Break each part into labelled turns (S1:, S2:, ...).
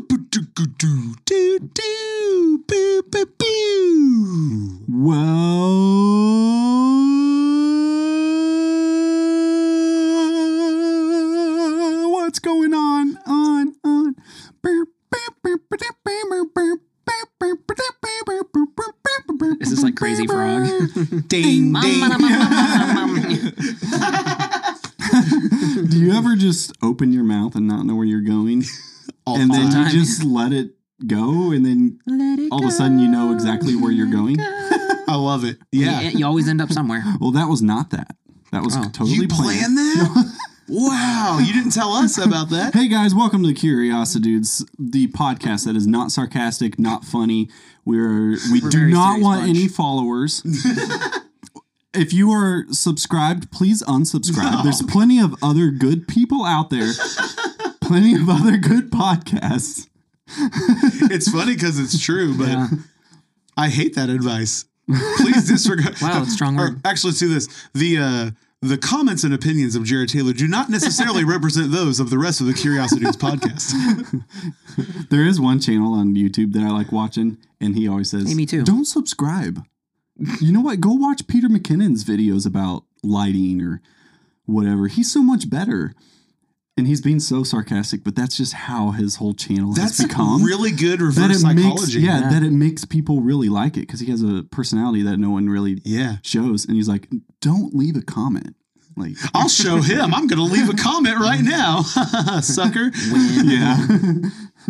S1: do do do do boo boo boo. Well, what's going on? On on.
S2: Is this like Crazy Frog?
S1: ding ding. Do you ever just open your mouth and not know where you're going?
S3: All
S1: and then
S3: the
S1: you
S2: time.
S1: just let it go and then
S2: Let it
S1: all of a sudden you know exactly where you're going.
S3: I love it. Yeah.
S2: You, you always end up somewhere.
S1: Well, that was not that. That was
S2: Oh.
S1: totally
S3: you planned that? wow. You didn't tell us about that.
S1: Hey guys, welcome to Curiosity Dudes, the podcast that is not sarcastic, not funny. We're we
S2: We're
S1: do
S2: very
S1: not
S2: serious
S1: want
S2: bunch.
S1: any followers. if you are subscribed, please unsubscribe. There's plenty of other good people out there. plenty of other good podcasts.
S3: It's funny because it's true, but I hate that advice. Please disregard.
S2: Wow, that's a strong
S3: Or
S2: word.
S3: Actually, let's do this. The uh, the comments and opinions of Jared Taylor do not necessarily represent those of the rest of the Curiosity News podcast.
S1: There is one channel on YouTube that I like watching, and he always says,
S2: Hey, me too.
S1: Don't subscribe. You know what? Go watch Peter McKinnon's videos about lighting or whatever. He's so much better. And he's being so sarcastic, but that's just how his whole channel
S3: That's
S1: has become.
S3: really good
S1: that
S3: reverse
S1: it makes,
S3: psychology.
S1: yeah, that it makes people really like it because he has a personality that no one really
S3: Yeah.
S1: shows. And he's like, don't leave a comment. Like,
S3: I'll show him. I'm going to leave a comment right now, sucker.
S1: yeah,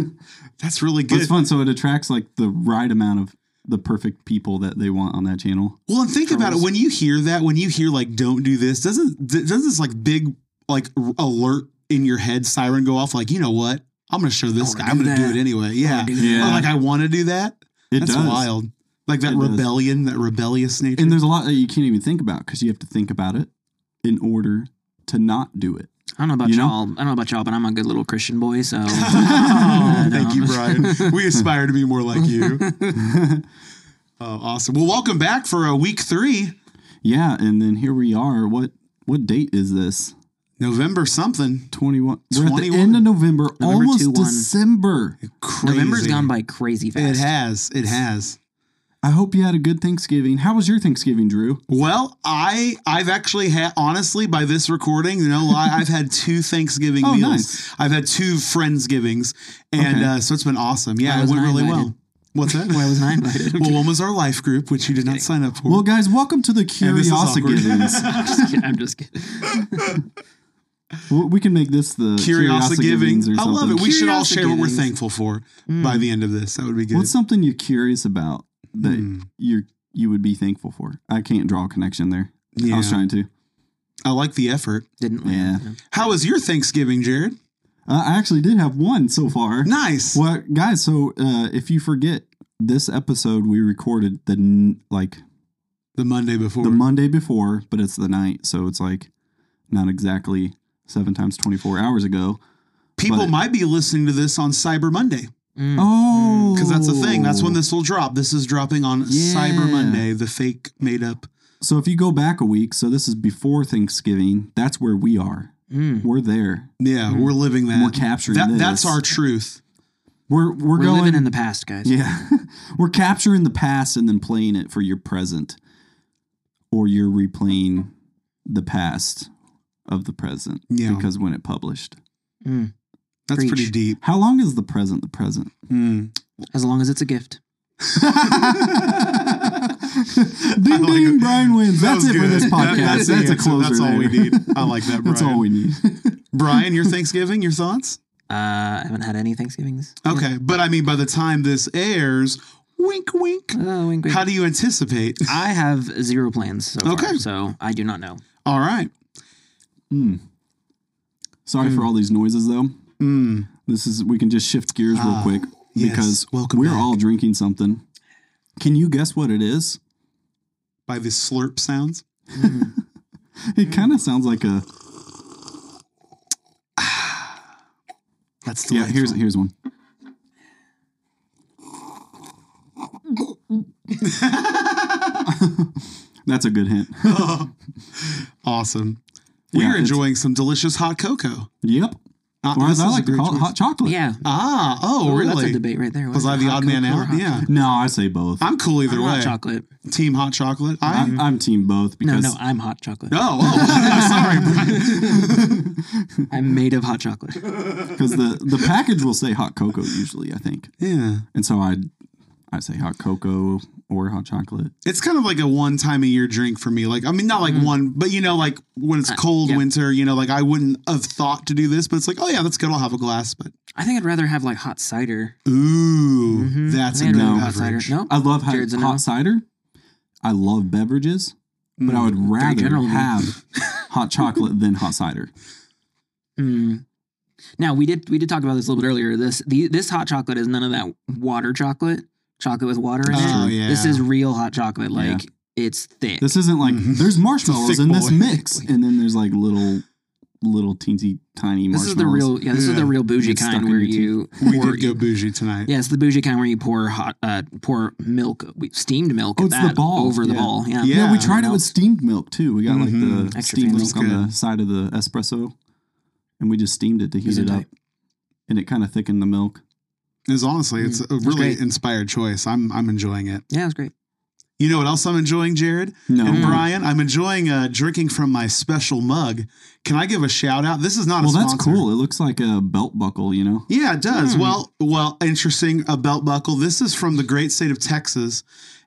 S3: That's really good.
S1: it's fun. So it attracts like the right amount of the perfect people that they want on that channel.
S3: Well, and think about it. When you hear that, when you hear like "Don't do this," doesn't th- doesn't this like big like r- alert in your head siren go off? Like, you know what? I'm going to show this guy.
S2: wanna
S3: I'm
S2: do
S3: going to do
S2: that.
S3: it anyway. Yeah.
S2: do
S1: that.
S3: Or like I want to do that.
S1: It
S3: That's
S1: does.
S3: wild. Like that
S1: It does.
S3: rebellion, that rebellious nature.
S1: And there's a lot that you can't even think about because you have to think about it in order to not do it.
S2: I don't know about
S1: You know?
S2: y'all. I don't know about y'all, but I'm a good little Christian boy, so
S3: Oh, Thank you, Brian. we aspire to be more like you. oh, awesome. Well, welcome back for uh, week three,
S1: Yeah, and then here we are. What what date is this?
S3: November something.
S1: Twenty one. We're at the
S3: 21.
S1: end of November,
S2: November
S1: almost
S2: 21.
S1: December.
S3: Crazy.
S2: November's gone by crazy
S3: It
S2: fast.
S3: has. It has.
S1: I hope you had a good Thanksgiving. How was your Thanksgiving, Drew?
S3: Well, I I've actually had honestly by this recording, no lie, I've had two Thanksgiving
S1: Oh,
S3: meals.
S1: nice.
S3: I've had two Friendsgivings, and
S1: Okay.
S3: uh, so it's been awesome.
S2: Why
S3: Yeah, it
S2: wasn't
S3: went
S2: I
S3: really
S2: invited?
S3: well. What's that?
S2: Why wasn't I invited?
S3: well, one was our life group, which you did not sign up for.
S1: Well, guys, welcome to the
S3: this is
S1: Curiosity
S3: awkward.
S2: I'm just kidding. I'm just kidding.
S1: we can make this the
S3: Curiosity giving.
S1: Givings or
S3: I love it.
S1: something. Hmm.
S3: We should all share what we're
S2: Curiosity-givings.
S3: thankful for
S2: Mm,
S3: by the end of this. That would be good.
S1: What's something you're curious about that
S3: Hmm.
S1: you're you would be thankful for? I can't draw a connection there. I was
S3: Yeah.
S1: trying to.
S3: I like the effort.
S2: Didn't we?
S1: Yeah.
S3: How was your Thanksgiving, Jared?
S1: Uh, I actually did have one so far.
S3: Nice.
S1: Well, guys, so uh, if you forget, this episode we recorded the n- like
S3: The Monday before.
S1: the Monday before, but it's the night, so it's like not exactly seven times twenty four hours ago.
S3: People
S1: but-
S3: might be listening to this on Cyber Monday.
S2: Mm.
S1: Oh,
S3: because Hmm. that's the thing. That's when this will drop. This is dropping on
S1: Yeah.
S3: Cyber Monday, the fake made up.
S1: So if you go back a week, so this is before Thanksgiving. That's where we are.
S2: Mm.
S1: We're there.
S3: Yeah, we're living that.
S1: We're capturing
S3: that.
S1: this.
S3: That's our truth.
S1: We're we're,
S2: We're
S1: going
S2: living in the past, guys.
S1: yeah. we're capturing the past and then playing it for your present, or you're replaying the past of the present.
S3: Yeah,
S1: because when it published.
S2: Mm.
S3: that's
S2: Preach.
S3: pretty deep.
S1: How long is the present the present?
S2: As long as it's a gift.
S1: ding
S3: like
S1: ding,
S3: it.
S1: Brian wins.
S3: That
S1: That's
S3: was
S1: it for
S3: good.
S1: this
S3: That-
S1: podcast. that's
S3: the
S1: a
S3: answer.
S1: closer.
S3: That's all we
S1: there.
S3: need. I like that, Brian.
S1: That's all we need.
S3: Brian, your Thanksgiving, your thoughts?
S2: Uh, I haven't had any Thanksgivings.
S3: Okay, but I mean, by the time this airs, wink, wink.
S2: Oh, wink, wink.
S3: How do you anticipate?
S2: I have zero plans so far,
S3: Okay.
S2: so I do not know.
S3: All right.
S1: Sorry for all these noises, though. This is we can just shift gears real quick
S3: yes.
S1: because
S3: Welcome
S1: we're
S3: back.
S1: all drinking something. Can you guess what it is?
S3: By the slurp sounds.
S1: It kind of sounds like a
S3: That's
S1: yeah.
S3: delightful.
S1: Here's here's one. That's a good hint.
S3: awesome.
S1: Yeah,
S3: We're
S1: it's-
S3: enjoying some delicious hot cocoa.
S1: Yep.
S3: Uh,
S1: Or as
S3: this
S1: I
S3: is a
S1: like to
S3: great
S1: call it,
S3: choice.
S1: hot chocolate.
S2: Yeah.
S3: Ah, oh,
S2: Ooh, That's a
S3: really?
S2: debate right there.
S3: Was I the odd man out? Yeah,
S1: No, I say both.
S3: I'm cool either
S2: Either
S3: way.
S2: Hot chocolate.
S3: Team hot chocolate. I
S1: I'm, I'm team both
S2: No,
S1: because
S2: no, I'm hot chocolate.
S3: oh, oh, sorry, Brian.
S2: I'm made of hot chocolate.
S1: because the the package will say hot cocoa usually. I think,
S3: yeah,
S1: and so I I say hot cocoa or hot chocolate.
S3: it's kind of like a one time a year drink for me. Like, I mean, not like one, but you know, like when it's
S2: Uh,
S3: cold
S2: yeah.
S3: winter, you know, like I wouldn't have thought to do this, but it's like, oh yeah, that's good. I'll have a glass. But
S2: I think I'd rather have like hot cider.
S3: ooh,
S2: Mhm.
S3: that's
S2: I
S3: a
S2: think I'd rather
S3: no
S2: have hot cider.
S3: beverage.
S2: No,
S1: I love hot,
S2: Jared's a no.
S1: hot cider. I love beverages,
S3: Mm.
S1: but I would rather
S2: general, dude.
S1: have hot chocolate than hot cider.
S2: Mm. Now we did we did talk about this a little bit earlier. This the, this hot chocolate is none of that water chocolate, chocolate with water in
S3: Oh,
S2: it.
S3: yeah.
S2: This is real hot chocolate.
S1: Yeah.
S2: Like it's thick.
S1: This isn't like
S3: Mhm.
S1: there's marshmallows
S3: thick
S1: in this
S3: boy.
S1: mix, and then there's like little little teensy tiny marshmallows.
S2: This is the real yeah. This is
S3: Yeah.
S2: the real bougie
S1: Get stuck
S2: kind
S1: in
S2: where
S1: your teeth.
S2: you
S3: we
S2: pour-
S3: did go bougie tonight.
S2: Yeah, it's the bougie kind where you pour hot uh pour milk steamed milk
S1: Oh,
S2: at
S1: it's the
S2: that
S1: ball.
S2: over the
S1: Yeah.
S2: ball. Yeah.
S3: Yeah.
S1: Yeah, we tried it with steamed milk too. We got like
S3: Mhm.
S1: the
S2: Extra
S1: steamed
S2: fancy.
S1: milk on the side of the espresso, and we just steamed it to heat
S2: These are
S1: it up,
S2: tight.
S1: and it kind of thickened the milk.
S3: It's honestly, it's a really
S2: great.
S3: inspired choice. I'm I'm enjoying it.
S2: Yeah, it was great.
S3: You know what else I'm enjoying, Jared?
S1: No,
S3: And Brian, I'm enjoying uh, drinking from my special mug. Can I give a shout out? This is not
S1: well,
S3: a
S1: that's
S3: sponsor.
S1: cool. It looks like a belt buckle, you know.
S3: Yeah, it does. Well, well, interesting. A belt buckle. This is from the great state of Texas.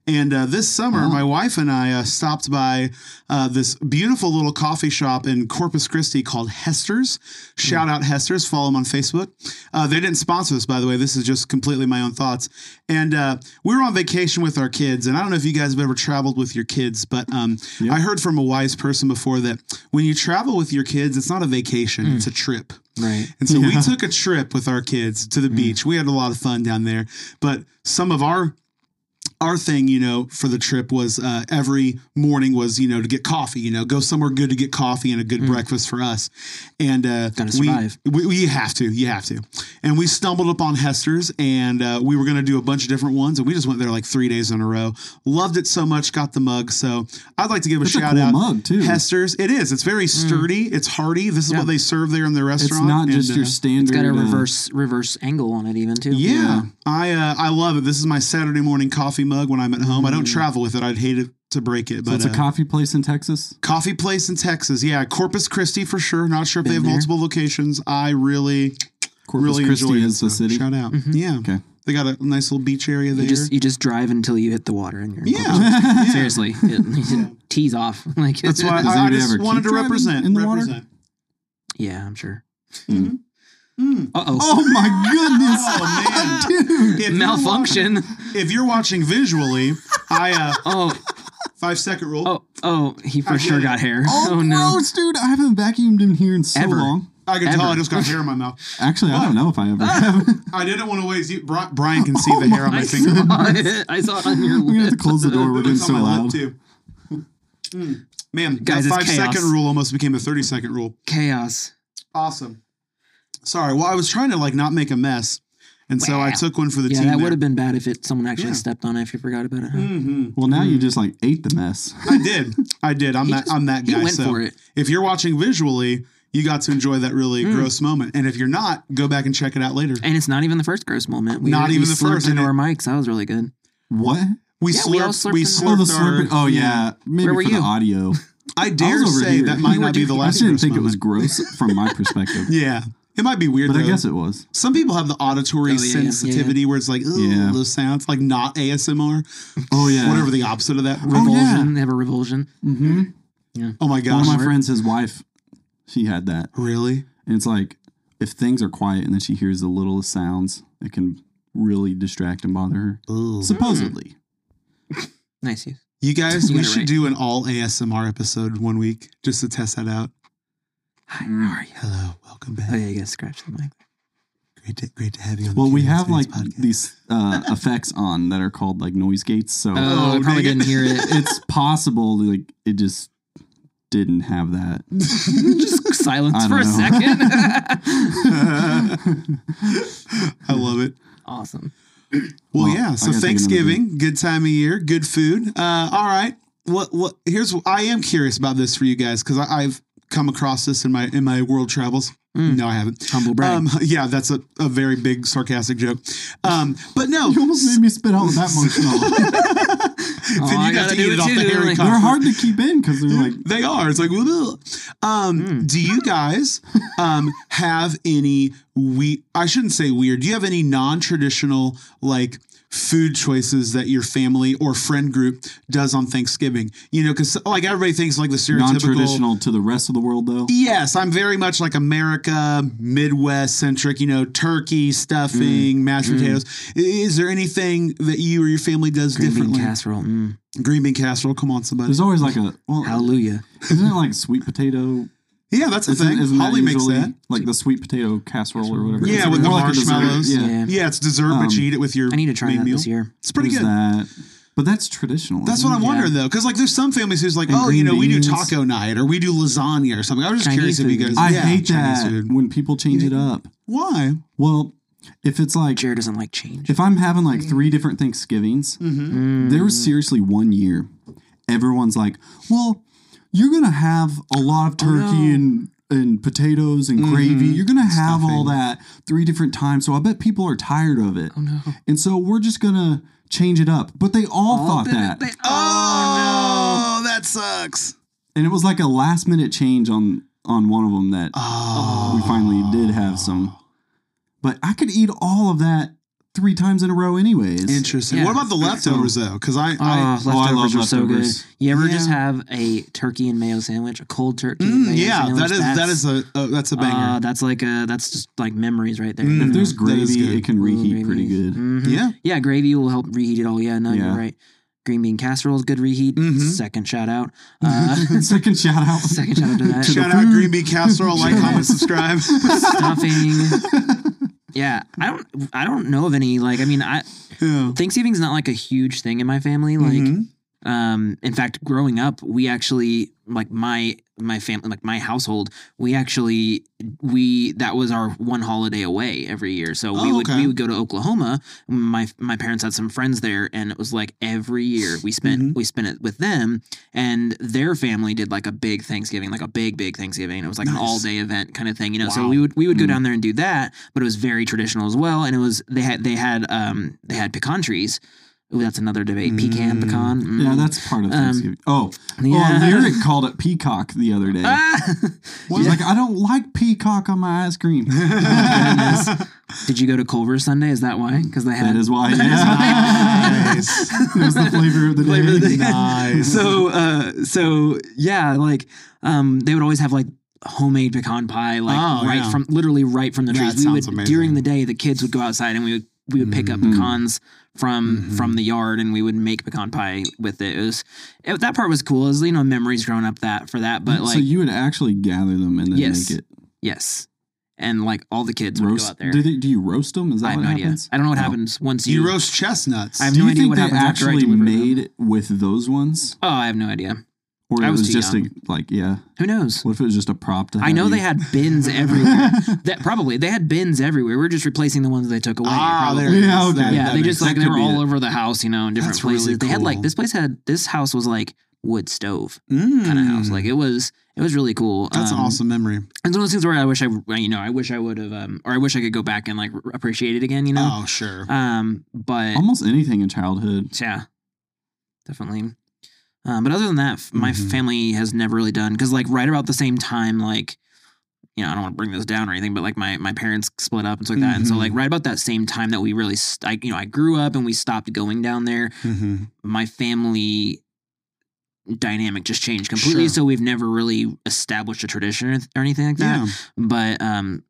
S3: And uh, this summer, my wife and I uh, stopped by uh, this beautiful little coffee shop in Corpus Christi called Hester's. Shout out Hester's. Follow them on Facebook. Uh, they didn't sponsor this, by the way. This is just completely my own thoughts. And uh, we were on vacation with our kids. And I don't know if you guys have ever traveled with your kids, but um, I heard from a wise person before that when you travel with your kids, it's not a vacation, it's a trip.
S2: Right.
S3: And so we took a trip with our kids to the beach. We had a lot of fun down there. But some of our our thing, you know, for the trip was uh, every morning was, you know, to get coffee, you know, go somewhere good to get coffee and a good breakfast for us. And uh,
S2: Gotta
S3: we,
S2: survive.
S3: we, we have to, you have to. And we stumbled upon Hester's and uh, we were going to do a bunch of different ones. And we just went there like three days in a row. Loved it so much, got the mug. So I'd like to give a
S1: It's a
S3: shout
S1: cool
S3: out.
S1: mug too.
S3: Hester's, it is. It's very sturdy. It's hearty. This is what they serve there in the restaurant.
S1: Mm. it's not
S3: And,
S1: just your
S3: uh,
S1: standard.
S2: It's got a
S1: uh,
S2: reverse reverse angle on it even too.
S3: yeah, I uh, I love it. This is my Saturday morning coffee mug when I'm at home. I don't travel with it. I'd hate it to break it,
S1: Mm. so
S3: but
S1: it's a
S3: uh,
S1: coffee place in Texas.
S3: coffee place in Texas. Yeah, Corpus Christi for sure. Not sure if they
S2: Been
S3: have
S2: there.
S3: multiple locations. I really
S1: Corpus
S3: really
S1: Christi
S3: enjoy it.
S1: is the
S3: so
S1: city. Mm-hmm.
S3: Shout out. Yeah.
S1: Okay.
S3: They got a nice little beach area there.
S2: You just you just drive until you hit the water and you're
S3: yeah.
S2: seriously it, you tease off like
S3: That's why
S1: Does
S3: I, I
S1: anybody
S3: just
S1: ever
S3: wanted
S1: keep
S3: to
S1: driving
S3: represent
S1: in the water?
S3: represent.
S2: yeah I'm sure
S3: Mm.
S2: uh oh
S1: Oh my goodness,
S3: Oh,
S1: dude!
S3: If you're
S2: malfunction
S3: wa- if you're watching visually, I uh
S2: oh
S3: five second rule.
S2: oh oh he for
S3: I
S2: sure
S3: did it.
S2: got hair
S1: Oh,
S2: oh, no
S1: gross, dude! I haven't vacuumed in here in so
S2: Ever.
S1: long.
S3: I can tell
S2: ever.
S3: I just got hair in my mouth.
S1: Actually, I don't know if I ever have.
S3: I didn't want to waste you. Bri- Brian
S2: Oh
S3: can see the hair on my
S2: I
S3: finger.
S2: saw it I saw it on your
S1: We're gonna have to
S2: lip
S1: close the door. We're getting
S3: It's
S1: so
S3: on my
S1: loud.
S3: lip, too. Mm. Man,
S2: Guys,
S3: that
S2: it's
S3: five second
S2: chaos.
S3: rule almost became a 30 second rule.
S2: chaos
S3: Awesome. Sorry. Well, I was trying to like not make a mess. And so I
S2: Wow.
S3: took one for the
S2: yeah
S3: team.
S2: that would
S3: there.
S2: have been bad if it someone actually
S3: Yeah.
S2: stepped on it if you forgot about it huh?
S3: Mhm.
S1: Well, now you just like ate the mess.
S3: I did. I did. I'm
S2: He
S3: that
S2: just-
S3: I'm that
S2: he
S3: guy.
S2: went
S3: so
S2: for it.
S3: if you're watching visually, you got to enjoy that really
S2: Hmm.
S3: gross moment. And if you're not, go back and check it out later.
S2: and it's not even the first gross moment we,
S3: Not
S2: we
S3: even the
S2: slurped
S3: first,
S2: into
S3: and
S2: our
S3: it-
S2: mics that was really good
S1: What?
S3: We
S2: Yeah,
S3: slurped.
S2: we all
S3: we
S2: slurped in
S3: slurped
S1: Oh, the
S3: our-
S1: slurping. Oh, yeah. Maybe
S2: Where were
S1: for the
S2: you?
S1: audio.
S3: I dare
S1: over
S3: say
S1: here.
S3: that might
S2: You were
S3: not be the
S2: doing-
S1: I
S3: last.
S1: didn't
S3: gross
S1: think it was
S3: moment.
S1: gross from my perspective,
S3: Yeah, it might be weird.
S1: but I
S3: though.
S1: guess it was.
S3: Some people have the auditory
S2: Oh, yeah, yeah, yeah, yeah.
S3: sensitivity where it's like, oh,
S1: Yeah.
S3: those sounds, like not ASMR,
S1: Oh yeah.
S3: whatever the opposite of that.
S1: Oh, yeah.
S2: revulsion they have a revulsion
S1: hmm
S3: Oh my
S1: One
S3: gosh.
S1: of my friends, his wife, she had that,
S3: really?
S1: and it's like if things are quiet and then she hears the littlest sounds, it can really distract and bother her.
S3: Mm-hmm.
S1: Supposedly.
S2: nice use
S3: You guys,
S2: You
S3: we
S2: got it
S3: should
S2: right.
S3: do an all ASMR episode one week just to test that out.
S2: hi how are you
S3: Hello, welcome back.
S2: oh yeah you guys scratched the mic
S3: Great, to, great to have you on
S1: Well,
S3: the
S1: we
S3: Curious
S1: have
S3: Minds
S1: like
S3: podcast.
S1: these uh, effects on that are called like noise gates, so
S2: oh,
S3: Oh,
S2: I probably
S3: dang it.
S2: didn't hear it
S1: it's possible that, like it just didn't have that.
S2: just silence
S1: I
S2: for a
S1: don't
S2: second.
S3: I love it.
S2: awesome.
S3: Well,
S1: Well,
S3: yeah.
S1: I
S3: So
S1: gotta think of another
S3: Thanksgiving, good time of year, good food. Uh, all right. What? What? Here's. I am curious about this for you guys because I've come across this in my in my world travels.
S2: Mm.
S3: No, I haven't.
S2: Humble brag.
S3: Um, yeah, that's a, a very big sarcastic joke. Um, but no,
S1: You almost made me spit out that much. No.
S3: then
S2: Oh,
S3: you
S2: I
S3: got
S2: gotta
S3: to eat
S2: do
S3: it
S2: it
S3: off
S2: too,
S3: the hairy
S2: like-
S3: cock.
S1: They're hard to keep in because they're like,
S3: They are. It's like, ugh. um,
S1: Hmm.
S3: do you guys um, have any we? I shouldn't say weird. Do you have any non-traditional like food choices that your family or friend group does on Thanksgiving? You know, because like everybody thinks like the stereotypical.
S1: non-traditional to the rest of the world though.
S3: Yes, I'm very much like America, Midwest centric, you know, turkey,
S1: Mm,
S3: stuffing, mashed potatoes. I- Is there anything that you or your family does
S2: Green bean
S3: differently?
S2: casserole. Mm.
S3: Green bean casserole. Come on, somebody.
S1: There's always like a well,
S2: Hallelujah.
S1: isn't it like sweet potato?
S3: Yeah, that's the
S1: Isn't,
S3: thing.
S1: isn't
S3: Holly makes
S1: usually
S3: that.
S1: like the sweet potato casserole or whatever?
S3: Yeah,
S1: It's
S3: with the
S1: more like a dessert.
S3: marshmallows.
S1: Yeah,
S2: Yeah.
S3: Yeah, it's dessert, but you eat it with your
S2: um, I need to try
S3: main
S2: that
S3: meal.
S2: this year.
S3: It's pretty
S1: There's
S3: good.
S1: that. But that's traditional.
S3: That's
S1: isn't
S3: what I'm
S1: it?
S3: wondering though, because like there's some families who's like, oh,
S1: green
S3: you know, we do
S1: beans.
S3: taco night or we do lasagna or something. I was just
S2: Chinese
S3: curious if you
S2: food.
S3: guys.
S1: I
S3: yeah,
S1: hate
S3: Chinese
S1: that
S3: food.
S1: when people change it up.
S3: Why?
S1: Well, if it's like
S2: Jared doesn't like change.
S1: if I'm having like three different Thanksgivings, there was seriously one year everyone's like, "Well, you're gonna have a lot of turkey and and potatoes and gravy. You're gonna have all that three different times. So I bet people are tired of
S2: Oh,
S1: it. And so we're just gonna change it up." But they all thought that,
S2: They- oh,
S3: Oh, that sucks.
S1: and it was like a last minute change on on one of them that
S2: Oh,
S3: Oh.
S1: we finally did have some. But I could eat all of that three times in a row, anyways.
S3: Interesting.
S2: Yeah.
S3: What about the leftovers though? Because I,
S2: no.
S3: I
S2: oh,
S1: oh, I love
S2: leftovers are so good.
S1: leftovers.
S2: You ever just
S3: Yeah.
S2: have a turkey and mayo sandwich, a cold turkey? and
S3: Mm,
S2: mayo
S3: yeah,
S2: sandwich?
S3: that is that is a uh, that's a banger.
S2: uh, that's like a that's just like memories right there.
S3: Mm.
S1: If there's
S3: That is good.
S1: gravy, it can reheat pretty good.
S2: Mhm.
S3: yeah.
S2: Yeah, gravy will help reheat it all. Yeah, no,
S1: Yeah. Mm-hmm.
S2: you're right. Green bean casserole is good reheat.
S3: Mhm.
S2: Second shout out. Uh,
S1: Second shout out.
S2: second shout out to that.
S3: Shout out Green Bean Casserole, like, comment, subscribe.
S2: Stuffing. yeah, I don't I don't know of any like I mean I
S3: yeah.
S2: Thanksgiving's not like a huge thing in my family. Like,
S1: Mm-hmm.
S3: Mhm.
S2: um, in fact, growing up, we actually like my my family, like my household, we actually we that was our one holiday away every year. So we
S3: Oh,
S2: would
S3: okay.
S2: we would go to Oklahoma. My my parents had some friends there, and it was like every year we spent
S3: Mhm.
S2: we spent it with them, and their family did like a big Thanksgiving, like a big big Thanksgiving. It was like an
S3: Nice.
S2: all day event kind of thing, you know.
S3: Wow.
S2: So we would we would go
S1: Mm.
S2: down there and do that, but it was very traditional as well, and it was they had they had um they had pecan trees. Ooh, that's another debate. Pecan,
S3: Mm.
S2: pecan. mm.
S1: Yeah, that's part of
S2: Um,
S1: Thanksgiving. oh,
S2: yeah.
S1: oh, Lyric called it peacock the other day.
S2: Ah!
S1: He's like, I don't like peacock on my ice cream.
S2: Did you go to Culver's Sunday? Is that why? Because they had.
S1: that is why. Yeah.
S3: nice.
S1: it was the flavor of the
S2: Flavor
S1: day.
S2: of the day.
S3: nice.
S2: so, uh,
S1: Mm-hmm.
S2: so yeah, like um, they would always have like homemade pecan pie, like
S3: Oh,
S2: right
S3: yeah.
S2: from literally right from the
S3: That
S2: trees. We
S3: sounds
S2: would
S3: amazing.
S2: during the day the kids would go outside and we would we would pick up
S1: Mhm.
S2: pecans from
S1: Mm-hmm.
S2: from the yard and we would make pecan pie with it. It was it, that part was cool. It was you know memories growing up that for that, but like
S1: Mm, so you would actually gather them and then
S2: Yes.
S1: make it
S2: yes, and like all the kids would go
S1: roast.
S2: out there.
S1: Do, they, do you roast them? Is that
S2: I have
S1: what
S2: no idea.
S1: happens?
S2: I don't know what
S1: Oh.
S2: happens once you.
S3: you roast chestnuts.
S2: I have
S1: Do
S2: no
S1: you
S2: idea
S1: think
S2: what
S1: they
S2: happens after I
S1: actually
S2: deliver them.
S1: made it with those ones,
S2: oh, I have no idea.
S1: or
S2: I
S1: it
S2: was
S1: was,
S2: too
S1: just
S2: young.
S1: a like, yeah.
S2: Who knows?
S1: What if it was just a prop to? Have
S2: I know
S1: you-
S2: they had bins everywhere. that probably they had bins everywhere. We're just replacing the ones they took away.
S3: ah,
S2: probably.
S3: there it is.
S1: Yeah, okay.
S3: That-
S2: yeah,
S3: that
S2: they
S3: makes
S2: just
S3: sense.
S2: like
S1: that
S2: they
S1: could
S2: were
S1: be
S2: all
S1: it.
S2: over the house, you know, in different
S3: That's really
S2: places. They had like
S3: cool.
S2: this place had this house was like wood stove
S3: Mm.
S2: kind of house. Like it was it was really cool.
S3: That's
S2: Um,
S3: an awesome memory.
S2: It's one of those things where I wish I you know I wish I would have um or I wish I could go back and like r- appreciate it again. You know,
S3: Oh, sure.
S2: um, but
S1: almost anything in childhood.
S2: yeah, definitely. Um, but other than that, f- my
S3: Mhm.
S2: family has never really done because, like, right about the same time, like, you know, I don't want to bring this down or anything, but like, my my parents split up and stuff like that, and so
S3: Mhm.
S2: like right about that same time that we really, st- I, you know, I grew up and we stopped going down there.
S3: hmm
S2: My family dynamic just changed completely,
S3: Sure.
S2: so we've never really established a tradition or, or anything like that
S3: Yeah.
S2: but um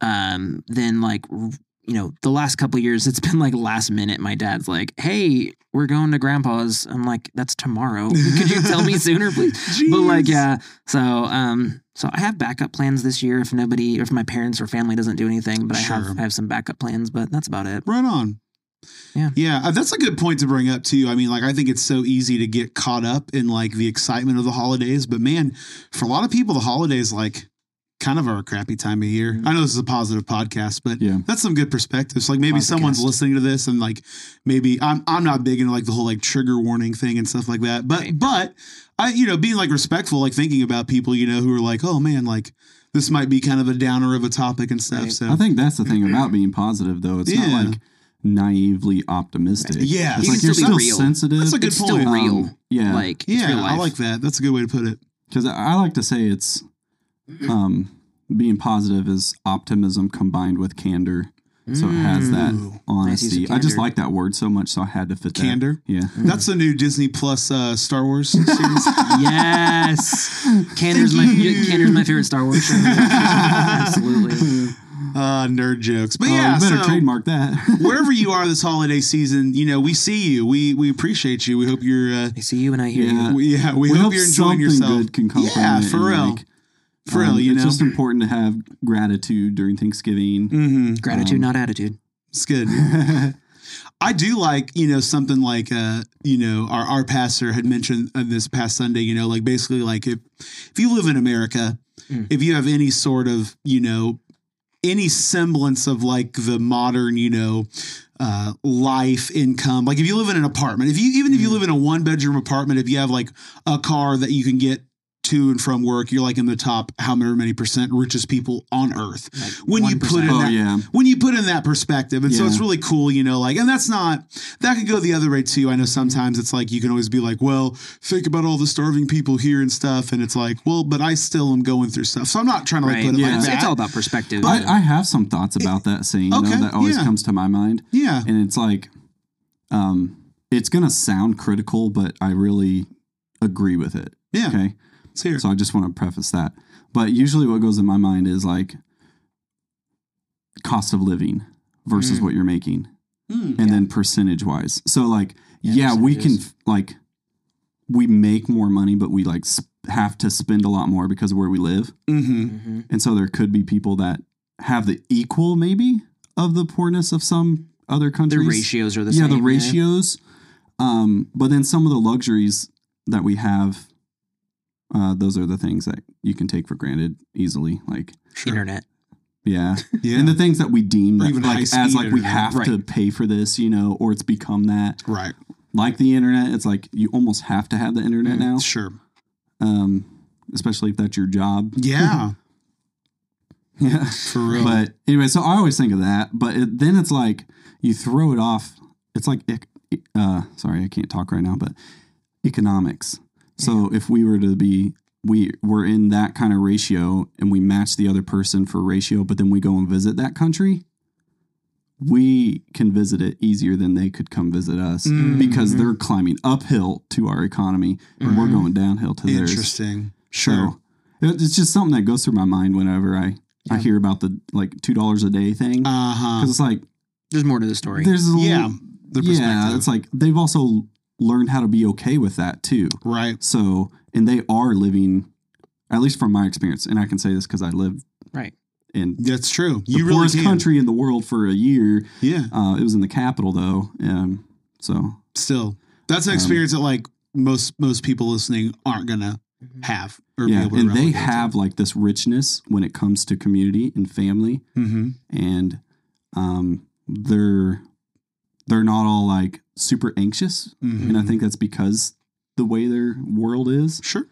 S2: um then like r- you know the last couple years it's been like last minute my dad's like hey we're going to grandpa's i'm like that's tomorrow could you tell me sooner please but like
S3: Jeez.
S2: yeah so um so i have backup plans this year if nobody if my parents or family doesn't do anything but i
S3: Sure.
S2: have i have some backup plans but that's about it
S3: Right on.
S2: Yeah.
S3: Yeah. uh, That's a good point to bring up, too. I mean, like, I think it's so easy to get caught up in like the excitement of the holidays. But man, for a lot of people, the holidays, like, kind of are a crappy time of year. I know this is a positive podcast, but
S1: Yeah.
S3: that's some good perspectives. Like, maybe someone's
S2: Podcast.
S3: listening to this and like, maybe I'm, I'm not big into like the whole like trigger warning thing and stuff like that. But,
S2: Right.
S3: but I, you know, being like respectful, like thinking about people, you know, who are like, oh man, like, this might be kind of a downer of a topic and stuff.
S2: Right.
S3: So
S1: I think that's the thing about being positive, though. It's
S3: Yeah.
S1: not like naively optimistic.
S3: Yeah,
S1: it's
S2: You
S1: like
S2: can
S1: you're
S2: still
S1: still
S2: be real.
S1: sensitive.
S3: That's a good
S2: it's still
S3: point.
S2: real.
S1: Um, yeah,
S2: Like it's
S3: yeah,
S2: real life.
S3: I like that. That's a good way to put it.
S1: because I like to say it's um, being positive is optimism combined with candor. So it
S2: Mm.
S1: has
S3: Ooh.
S1: that
S2: Nice
S1: honesty.
S2: use of
S1: I just
S2: candor.
S1: like that word so much, so I had to fit that.
S3: Candor.
S1: Yeah.
S3: That's the new Disney Plus uh, Star Wars series.
S2: yes. Candor's my
S3: you.
S2: Candor's my favorite Star Wars show. Absolutely.
S3: uh, nerd jokes. But
S1: Oh,
S3: yeah,
S1: you better
S3: so
S1: trademark that.
S3: wherever you are this holiday season, you know we see you. We we appreciate you. We hope you're. Uh,
S2: I see you and I hear
S1: Yeah.
S2: you.
S3: we, yeah, we,
S1: We
S3: hope, you're enjoying
S1: something
S3: yourself.
S1: good can come
S3: yeah,
S1: from it.
S3: for
S1: and,
S3: real,
S1: like,
S3: for real.
S1: um,
S3: You
S1: it's
S3: know,
S1: just important to have gratitude during Thanksgiving. Oh,
S3: mm-hmm.
S2: Gratitude, not attitude.
S3: it's good. I do like, you know, something like, uh, you know, our, our pastor had mentioned uh, this past Sunday, you know, like basically like if, if you live in America,
S2: Mm.
S3: if you have any sort of, you know, any semblance of like the modern, you know, uh, life income, like if you live in an apartment, if you, even if you
S2: Mm.
S3: live in a one bedroom apartment, if you have like a car that you can get to and from work, you're like in the top, however many percent richest people on earth.
S2: Like
S3: When you put
S2: 1%.
S3: it-
S1: Oh
S3: that-
S1: yeah.
S3: when you put in that perspective. And so
S1: Yeah.
S3: it's really cool, you know, like, and that's not, that could go the other way too. I know sometimes it's like, you can always be like, well, think about all the starving people here and stuff. And it's like, well, but I still am going through stuff. So I'm not trying to like
S2: right.
S3: put it
S1: yeah.
S3: like
S2: It's,
S3: that.
S2: it's all about perspective.
S1: But I have some thoughts about that saying though,
S3: okay,
S1: that always
S3: yeah.
S1: comes to my mind.
S3: yeah.
S1: and it's like um it's gonna sound critical but i really agree with it
S3: Yeah.
S1: okay
S3: It's here.
S1: so i just want to preface that but usually what goes in my mind is like cost of living versus
S2: Mm.
S1: what you're making
S3: Mm.
S1: and then percentage wise so like yeah,
S2: Yeah,
S1: we can
S2: percentages.
S1: like we make more money but we like sp- have to spend a lot more because of where we live
S3: Mhm.
S2: hmm
S1: and so there could be people that have the equal maybe of the poorness of some other
S2: the
S1: countries
S2: ratios are the
S1: yeah
S2: same.
S1: the ratios um but then some of the luxuries that we have uh those are the things that you can take for granted easily like
S3: Sure.
S2: Internet.
S1: yeah,
S3: Yeah.
S1: and the things that we deem
S3: Or
S1: that,
S3: even
S1: like
S3: high-speed
S1: as like we
S3: internet.
S1: have to pay for this you know or it's become that
S3: right.
S1: like the internet it's like you almost have to have the internet now
S3: Sure.
S1: um especially if that's your job
S3: Yeah.
S1: yeah
S3: For real.
S1: but anyway so i always think of that but it, then it's like you throw it off it's like ec- uh sorry i can't talk right now but economics so if we were to be we were in that kind of ratio and we match the other person for ratio but then we go and visit that country we can visit it easier than they could come visit us
S3: Mm.
S1: because they're climbing uphill to our economy
S3: Mm-hmm.
S1: and we're
S2: Mhm.
S1: going downhill to theirs
S3: Interesting.
S1: Sure. It's just something that goes through my mind whenever I, I
S2: Yeah.
S1: hear about the like two dollars a day thing because
S3: Uh huh.
S1: it's like
S2: There's more to the story.
S1: there's a
S3: Yeah.
S1: little-
S3: The perspective.
S1: yeah it's like they've also learned how to be okay with that too
S3: right.
S1: so and they are living at least from my experience and I can say this because I lived
S2: Right.
S1: in
S3: That's true.
S1: the
S3: You really
S1: poorest
S3: can.
S1: country in the world for a year
S3: Yeah.
S1: uh, it was in the capital though um so
S3: Still, that's an
S1: Um,
S3: experience that like most most people listening aren't gonna
S2: Mhm.
S3: have or be
S1: yeah
S3: able to
S1: and they
S3: replicate.
S1: have like this richness when it comes to community and family
S3: Mm-hmm.
S1: and um, they're they're not all like super anxious,
S3: mm-hmm.
S1: and I think that's because the way their world is.
S3: sure,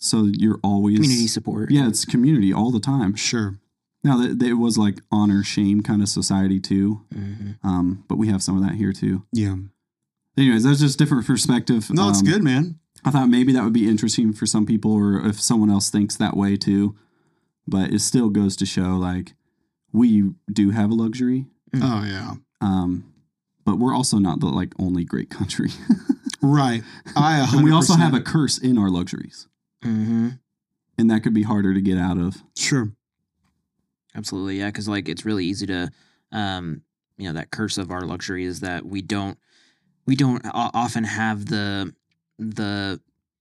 S1: So you're always
S2: community support.
S1: Yeah, it's community all the time.
S3: sure,
S1: Now that it was like honor shame kind of society too,
S2: hmm
S1: um, but we have some of that here too.
S3: yeah.
S1: Anyways, that's just different perspective.
S3: No, it's
S1: Um,
S3: good, man.
S1: I thought maybe that would be interesting for some people, or if someone else thinks that way too. But it still goes to show like we do have a luxury,
S3: Oh yeah,
S1: Um, but we're also not the like only great country,
S3: right. I
S1: and we also have
S3: 100%
S1: a curse in our luxuries,
S2: hmm
S1: and that could be harder to get out of.
S3: sure.
S2: Absolutely, yeah. Because like it's really easy to, um, you know, that curse of our luxury is that we don't, we don't o- often have the, the,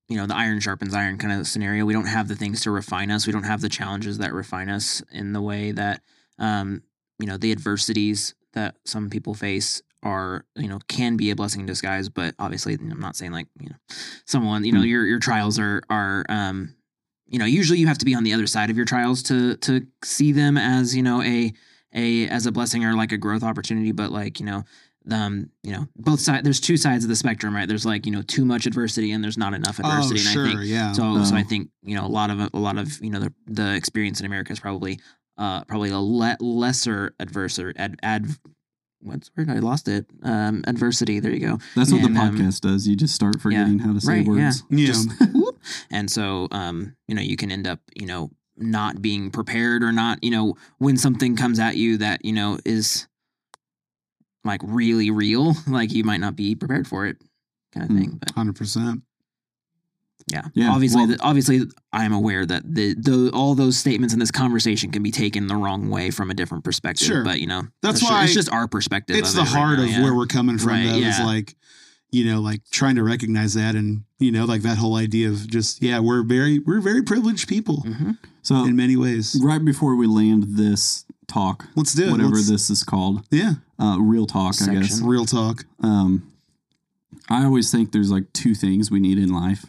S2: you know, the iron sharpens iron kind of scenario. We don't have the things to refine us. We don't have the challenges that refine us in the way that, um, you know, the adversities that some people face are, you know, can be a blessing in disguise. But obviously, I'm not saying like, you know, someone, you know,
S3: Hmm.
S1: Mm.
S2: your your trials are are, um, you know usually you have to be on the other side of your trials to to see them as you know a a as a blessing or like a growth opportunity but like you know um, you know, both sides. There's two sides of the spectrum, right? There's like you know too much adversity and there's not enough adversity.
S3: oh, sure,
S2: and I think
S3: yeah.
S2: so.
S1: Oh.
S2: So I think you know a lot of a lot of you know the, the experience in America is probably uh probably a le- lesser adverse or ad, ad what's the word I lost it um adversity. There you go.
S1: That's what the
S2: And, um,
S1: podcast does. You just start forgetting how to say
S2: right, yeah.
S1: words.
S3: yeah.
S2: Whoop. and so um you know you can end up you know not being prepared or not you know when something comes at you that you know is like really real like you might not be prepared for it kind of
S1: Mm.
S2: thing but
S3: Hundred percent.
S2: yeah,
S1: Yeah,
S2: obviously
S1: well-
S2: th- obviously i'm aware that the, the all those statements in this conversation can be taken the wrong way from a different perspective
S3: Sure.
S2: but you know
S3: That's
S2: ju-
S3: why
S2: it's just our perspective
S3: It's
S2: of
S3: the
S2: it right
S3: heart
S2: now,
S3: of
S2: yeah.
S3: where we're coming from.
S2: Right,
S3: though, is
S2: yeah.
S3: like, you know, like trying to recognize that, and you know, like that whole idea of just yeah, we're very we're very privileged people
S2: Mhm.
S1: So
S3: in many ways.
S1: right before we land this talk,
S3: Let's do it.
S1: whatever
S3: Let's-
S1: this is called,
S3: yeah,
S1: uh, real talk, I guess.
S2: Section.
S3: real talk.
S1: Um, I always think there's like two things we need in life,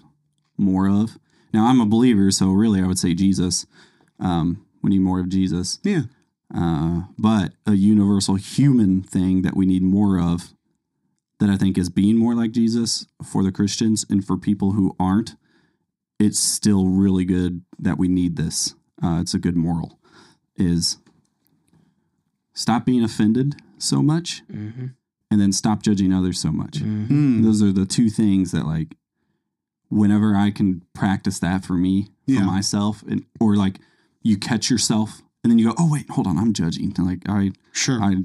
S1: more of. Now I'm a believer, so really I would say Jesus. Um, we need more of Jesus.
S3: Yeah.
S1: Uh, but a universal human thing that we need more of, that I think is being more like Jesus for the Christians and for people who aren't. It's still really good that we need this. Uh, it's a good moral. Is stop being offended so much
S3: Mm-hmm.
S2: Mhm.
S1: and then stop judging others so much.
S2: Mhm.
S3: Mm.
S1: Those are Mm-hmm. the two things that like whenever I can practice that for me,
S3: Yeah.
S1: for myself, and or like you catch yourself and then you go, Oh wait, hold on, I'm judging. And like I
S3: Sure.
S1: I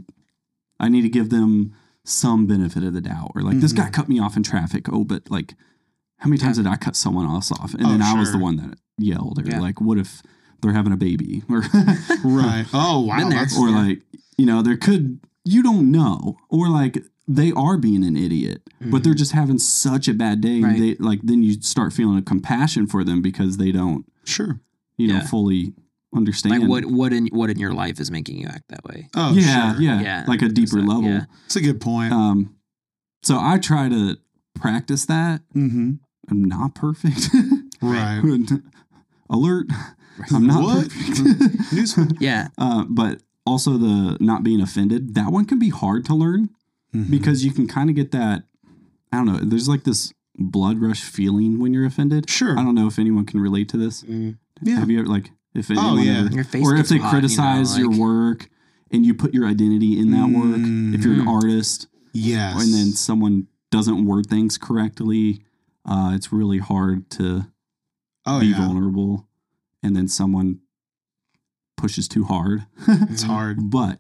S1: I need to give them some benefit of the doubt. Or like this
S3: Mhm.
S1: guy cut me off in traffic. Oh, but like how many times did I cut someone else off? And then
S3: Oh,
S1: I was the
S3: sure.
S1: one that yelled or
S2: Yeah.
S1: like what if they're having a baby or
S3: right. Oh wow.
S2: Been there.
S3: That's
S1: or
S2: Yeah.
S1: like you know there could you don't know or like they are being an idiot but they're just having such a bad day
S2: Mm-hmm. Right.
S1: and they like then you start feeling a compassion for them because they don't
S3: sure.
S1: you know
S2: Yeah.
S1: fully understand
S2: like what what in what in your life is making you act that way
S3: Oh
S1: yeah,
S3: sure.
S1: yeah
S2: Yeah,
S1: like a deeper
S2: so,
S1: level
S2: yeah.
S3: It's a good point.
S1: um so i try to practice that
S3: mm-hmm.
S1: i'm not perfect
S3: Right.
S1: alert i'm not
S3: What?
S1: perfect
S3: News.
S2: yeah
S1: uh, but also the not being offended that one can be hard to learn
S2: Mm-hmm.
S1: because you can kind of get that i don't know there's like this blood rush feeling when you're offended
S3: Sure.
S1: i don't know if anyone can relate to this
S2: Mm.
S3: Yeah.
S1: have you ever like if anyone
S3: Oh, yeah.
S1: ever-
S2: your face
S1: or if
S2: gets
S1: they
S2: hot, you know,
S1: criticize
S2: like-
S1: your work and you put your identity in that work if you're an
S2: Mm.
S1: artist
S3: Yes.
S1: and then someone doesn't word things correctly uh, it's really hard to
S3: oh
S1: be
S3: yeah,
S1: vulnerable and then someone pushes too hard
S2: mm-hmm.
S3: it's hard.
S1: but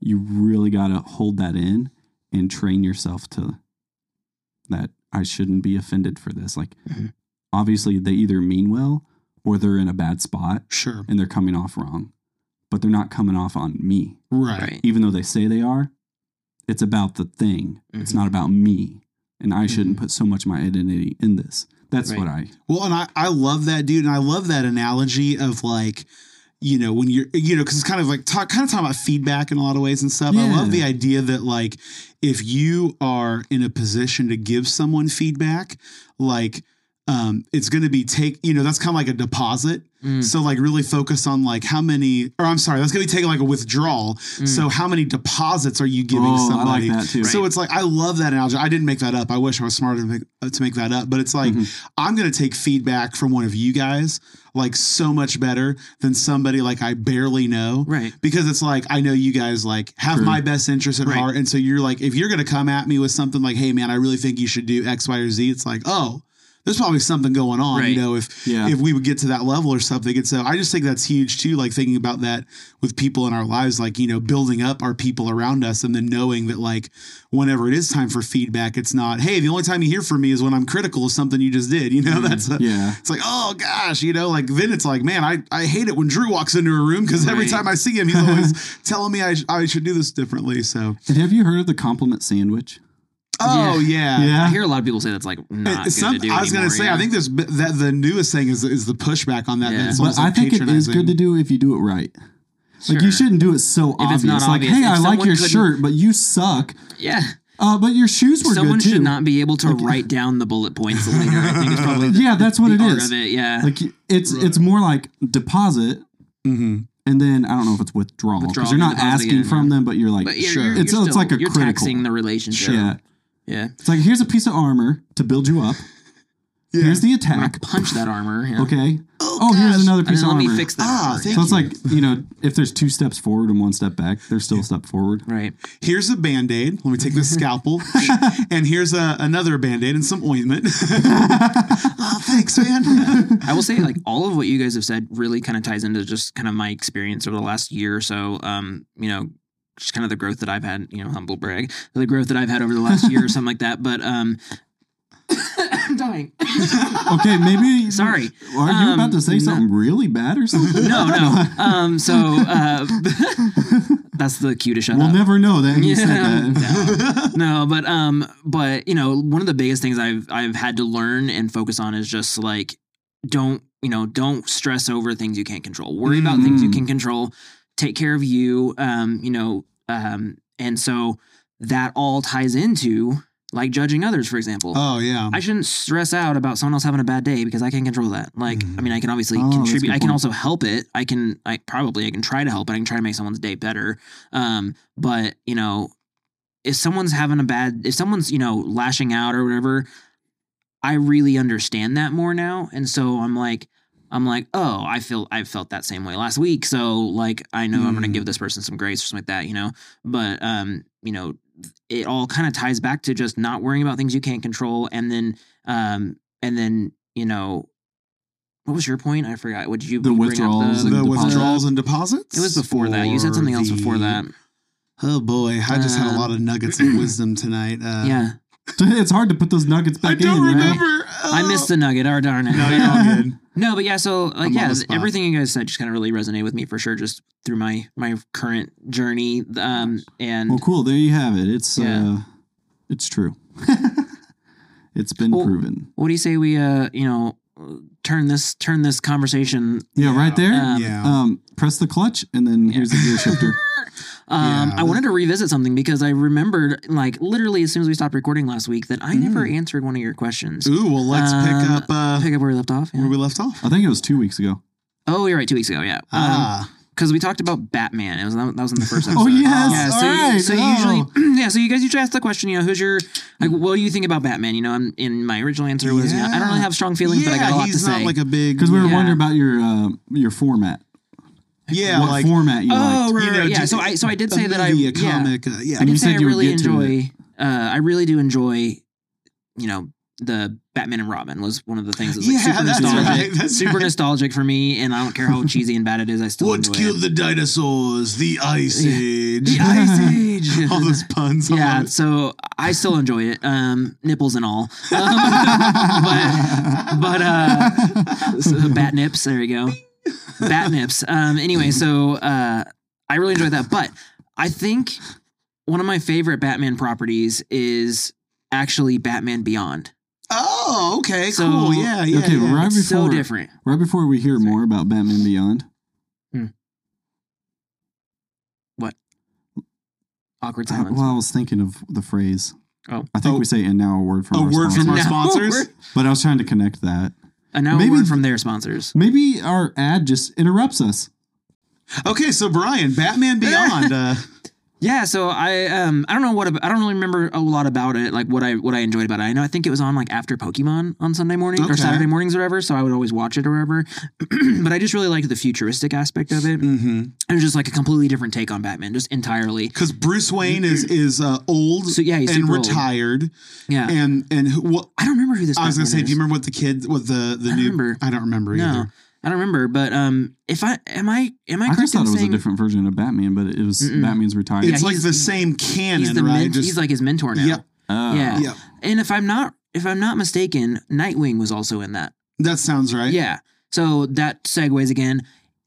S1: you really got to hold that in and train yourself to that I shouldn't be offended for this. Like,
S3: Mm-hmm.
S2: Mhm.
S1: obviously, they either mean well or they're in a bad spot
S3: Sure.
S1: and they're coming off wrong, but they're not coming off on me.
S3: Right.
S2: right
S1: Even though they say they are, it's about the thing, it's
S2: Mhm.
S1: not about me. And I shouldn't
S2: Mm-hmm.
S1: put so much of my identity in this. That's what I.
S3: Well, and I, I love that, dude. And I love that analogy of like, you know, when you're, you know, because it's kind of like, talk, kind of talking about feedback in a lot of ways and stuff. I love
S1: Yeah.
S3: the idea that, like, if you are in a position to give someone feedback, like, um, it's going to be take, you know, that's kind of like a deposit.
S1: Hmm.
S2: Mm.
S3: So like really focus on like how many, or I'm sorry, that's going to be taking like a withdrawal. So how many deposits are you giving
S1: Hmm. Oh, I
S3: somebody?
S1: like that too.
S3: So it's like I love that analogy. I didn't make that up. I wish I was smarter to make, uh, to make that up. But it's like
S1: Mm-hmm.
S3: I'm going to take feedback from one of you guys like so much better than somebody like I barely know.
S2: Right.
S3: Because it's like I know you guys like have
S1: True.
S3: my best interest at
S2: Right.
S3: heart, and so you're like if you're going to come at me with something like, "Hey man, I really think you should do X, Y, or Z," it's like, oh. There's probably something going on,
S2: Right.
S3: you know. If
S1: Yeah.
S3: if we would get to that level or something, and so I just think that's huge too. Like thinking about that with people in our lives, like you know, building up our people around us, and then knowing that like whenever it is time for feedback, it's not, hey, the only time you hear from me is when I'm critical of something you just did. You know, that's a,
S1: Mm-hmm. yeah.
S3: it's like, oh gosh, you know, like then it's like, man, I, I hate it when Drew walks into a room because every
S2: Right.
S3: time I see him, he's always telling me I, sh- I should do this differently. So,
S1: And have you heard of the compliment sandwich?
S3: oh yeah.
S2: I hear a lot of people say that's like not
S3: It- some-
S2: good to do
S3: I was
S2: anymore,
S3: gonna say,
S2: yeah.
S3: I think there's b- that the newest thing is is the pushback on that.
S2: Yeah.
S3: that it's
S1: But
S3: almost
S1: I
S3: like
S1: think it is good to
S3: patronizing.
S1: do if you do it right. Like
S2: Sure.
S1: you shouldn't do it so obvious.
S2: it's not
S1: Like,
S2: obvious,
S1: hey,
S2: if
S1: I like
S2: someone
S1: your
S2: couldn't-
S1: shirt, but you suck.
S2: yeah,
S1: Uh, but your shoes were
S2: someone
S1: good too.
S2: should not be able to write down the bullet points later. I think it's probably the,
S1: yeah, that's what
S2: the
S1: it
S2: art
S1: is.
S2: of it. Yeah,
S1: Like it's it's more like deposit,
S3: Mhm.
S1: And then I don't know if it's withdrawal because
S2: Withdrawal,
S1: you're
S2: you
S1: not
S2: deposit
S1: asking
S2: again,
S1: from
S2: yeah.
S1: them, but you're like,
S2: But you're,
S3: Sure.
S2: you're,
S1: It's-
S2: you're
S1: it's
S2: still-
S1: like a
S2: you're
S1: critical.
S2: taxing the relationship.
S1: yeah.
S2: Yeah.
S1: It's like here's a piece of armor to build you up.
S3: Yeah.
S1: Here's the
S2: I'm gonna
S1: attack.
S2: punch that armor. yeah.
S1: Okay.
S3: Oh,
S1: Oh, here's
S3: gosh.
S1: another
S2: And
S1: piece
S2: then
S1: of
S2: let
S1: armor.
S2: me fix that.
S3: Ah,
S2: armor.
S3: thank
S1: so it's
S3: you.
S1: like you know, if there's two steps forward and one step back, there's still a step forward.
S2: Right.
S3: Here's a band aid. Let me take this scalpel. and here's a, another band aid and some ointment. oh, thanks, man.
S2: I will say, like, all of what you guys have said really kind of ties into just kind of my experience over the last year or so. Um, you know, just kind of the growth that I've had, you know, humble brag, the growth that I've had over the last year or something like that. But um, I'm dying.
S1: Okay, maybe.
S2: Sorry.
S1: Are you about
S2: Um,
S1: to say
S2: no.
S1: something really bad or something?
S2: No, no. Um, so uh, that's the cue to shut
S1: We'll
S2: up.
S1: never know that you said that.
S2: no, but um, but you know, one of the biggest things I've I've had to learn and focus on is just like don't you know don't stress over things you can't control. Worry about things you
S1: Mhm.
S2: can control. Take care of you. Um, you know, um, and so that all ties into like judging others, for example.
S3: oh, yeah.
S2: I shouldn't stress out about someone else having a bad day because I can't control that. Like, I mean, I can obviously
S1: Oh, that's a
S2: contribute.
S1: good
S2: I can
S1: point.
S2: also help it. I can, I probably, I can try to help it. I can try to make someone's day better. Um, but you know, if someone's having a bad, if someone's you know lashing out or whatever, I really understand that more now, and so I'm like. I'm like, oh, I feel I felt that same way last week, so like I know I'm gonna
S3: Mm.
S2: give this person some grace or something like that, you know. But um, you know, it all kind of ties back to just not worrying about things you can't control and then um and then you know what was your point i forgot what did you
S1: The
S2: bring up
S1: withdrawals
S2: the,
S1: and
S3: the
S1: deposit-
S3: withdrawals and deposits.
S2: it was before that you said something else
S3: Or
S2: before
S3: the-
S2: that
S3: Oh boy, I just had a
S2: Um,
S3: lot of nuggets of wisdom tonight. Uh,
S2: yeah
S1: it's hard to put those nuggets
S3: I
S1: back
S3: don't
S1: in, right?
S3: remember.
S2: i missed the nugget oh darn it
S3: No,
S2: But,
S3: you're
S2: um,
S3: all good.
S2: no but yeah so
S3: I'm
S2: like
S3: on
S2: yeah
S3: the spot.
S2: everything you guys said just kind of really resonated with me for sure just through my my current journey um and
S1: Well, cool. There you have it. It's
S2: Yeah.
S1: uh, it's true. it's been
S2: Well-
S1: proven.
S2: what do you say we uh you know turn this turn this conversation
S1: Yeah, right there.
S2: um,
S3: yeah.
S1: um, press the clutch, and then here's the gear shifter.
S2: Um,
S3: Yeah.
S2: I wanted to revisit something because I remembered, like, literally as soon as we stopped recording last week, that I never answered one of your questions.
S3: Mm. Ooh, well, let's pick
S2: um,
S3: up uh,
S2: Pick um, up where we left off. yeah.
S3: where we left off.
S1: I think it was two weeks ago.
S2: oh, you're right. Two weeks ago, yeah. Because
S3: ah,
S2: we talked about Batman. It was that was in the first episode.
S1: Oh yes,
S2: Yeah, so,
S1: all right.
S2: so
S1: Oh.
S2: usually, yeah, so you guys usually ask the question, you know, who's your, like, what do you think about Batman? You know, I'm, and my original answer was, you know, I don't really have strong feelings,
S3: yeah,
S2: but I got a lot
S3: he's
S2: to
S3: not
S2: say.
S3: like a big
S1: Because we were
S2: Yeah.
S1: wondering about your uh, your format.
S3: yeah,
S1: what
S3: like
S1: format you
S2: oh,
S1: liked.
S2: right,
S3: you
S2: right,
S3: know,
S2: yeah.
S3: do-
S2: So I, so I did
S3: a
S2: say that I,
S3: movie, a
S2: yeah.
S3: comic. uh, yeah,
S2: I
S1: And
S2: did
S1: you
S2: say
S1: said
S2: I
S1: you would
S2: really
S1: get to
S2: enjoy. Uh, I really do enjoy. You know, the Batman and Robin was one of the things that's like
S3: Yeah,
S2: super
S3: that's
S2: nostalgic,
S3: right, that's
S2: super
S3: right.
S2: nostalgic for me, and I don't care how cheesy and bad it is, I still
S3: What
S2: enjoy
S3: killed
S2: it.
S3: the dinosaurs? The Ice
S2: Yeah.
S3: Age.
S2: The Ice Age.
S3: All those puns. I
S2: yeah,
S3: love it.
S2: so I still enjoy it, um, nipples and all. Um, but but uh, so bat nips. There you go, bat nips. Um, anyway, so uh, I really enjoyed that, but I think one of my favorite Batman properties is actually Batman Beyond.
S3: Oh, okay,
S2: So-
S3: cool. Yeah, yeah.
S1: okay,
S3: yeah.
S1: right
S2: It's
S1: before
S2: so different.
S1: right before we hear more about Batman Beyond.
S2: Awkward
S1: I,
S2: silence.
S1: Uh, well, I was thinking of the phrase.
S2: Oh.
S1: I think
S3: Oh.
S1: we say and now a word from
S3: A
S1: our
S3: word from
S1: sponsor."
S3: our
S2: No.
S3: sponsors.
S1: But I was trying to connect that.
S2: And now a
S1: Maybe-
S2: word from their sponsors.
S1: Maybe our ad just interrupts us.
S3: Okay, so Brian, Batman Beyond. Uh,
S2: Yeah, so I um I don't know what ab- I don't really remember a lot about it, like what I what I enjoyed about it. I know I think it was on like after Pokemon on Sunday morning
S3: Okay.
S2: or Saturday mornings or whatever, so I would always watch it or whatever. but I just really liked the futuristic aspect of it.
S3: mm-hmm.
S2: It was just like a completely different take on Batman, just entirely.
S3: because Bruce Wayne is is uh, old
S2: Mm-hmm. So, yeah, he's
S3: and
S2: super old.
S3: retired,
S2: Yeah.
S3: and and who, what
S2: I don't remember who this
S3: I was
S2: Batman
S3: gonna say,
S2: is.
S3: do you remember what the kid, what the the
S2: I
S3: new?
S2: remember.
S3: I don't remember
S2: No.
S3: either.
S2: I don't remember, but um if I am I am I
S1: I
S2: correct
S1: just
S2: in
S1: thought it was a
S2: saying
S1: different version of Batman, but it was
S2: Mm-mm.
S1: Batman's retired.
S3: It's
S2: Yeah,
S3: like
S2: he's-
S3: the same canon,
S2: he's the
S3: right?
S2: men- he's like his mentor now.
S3: Yep.
S1: Oh.
S2: Yeah.
S3: yeah,
S2: And if I'm not if I'm not mistaken, Nightwing was also in that.
S3: that sounds right.
S2: Yeah. So that segues again.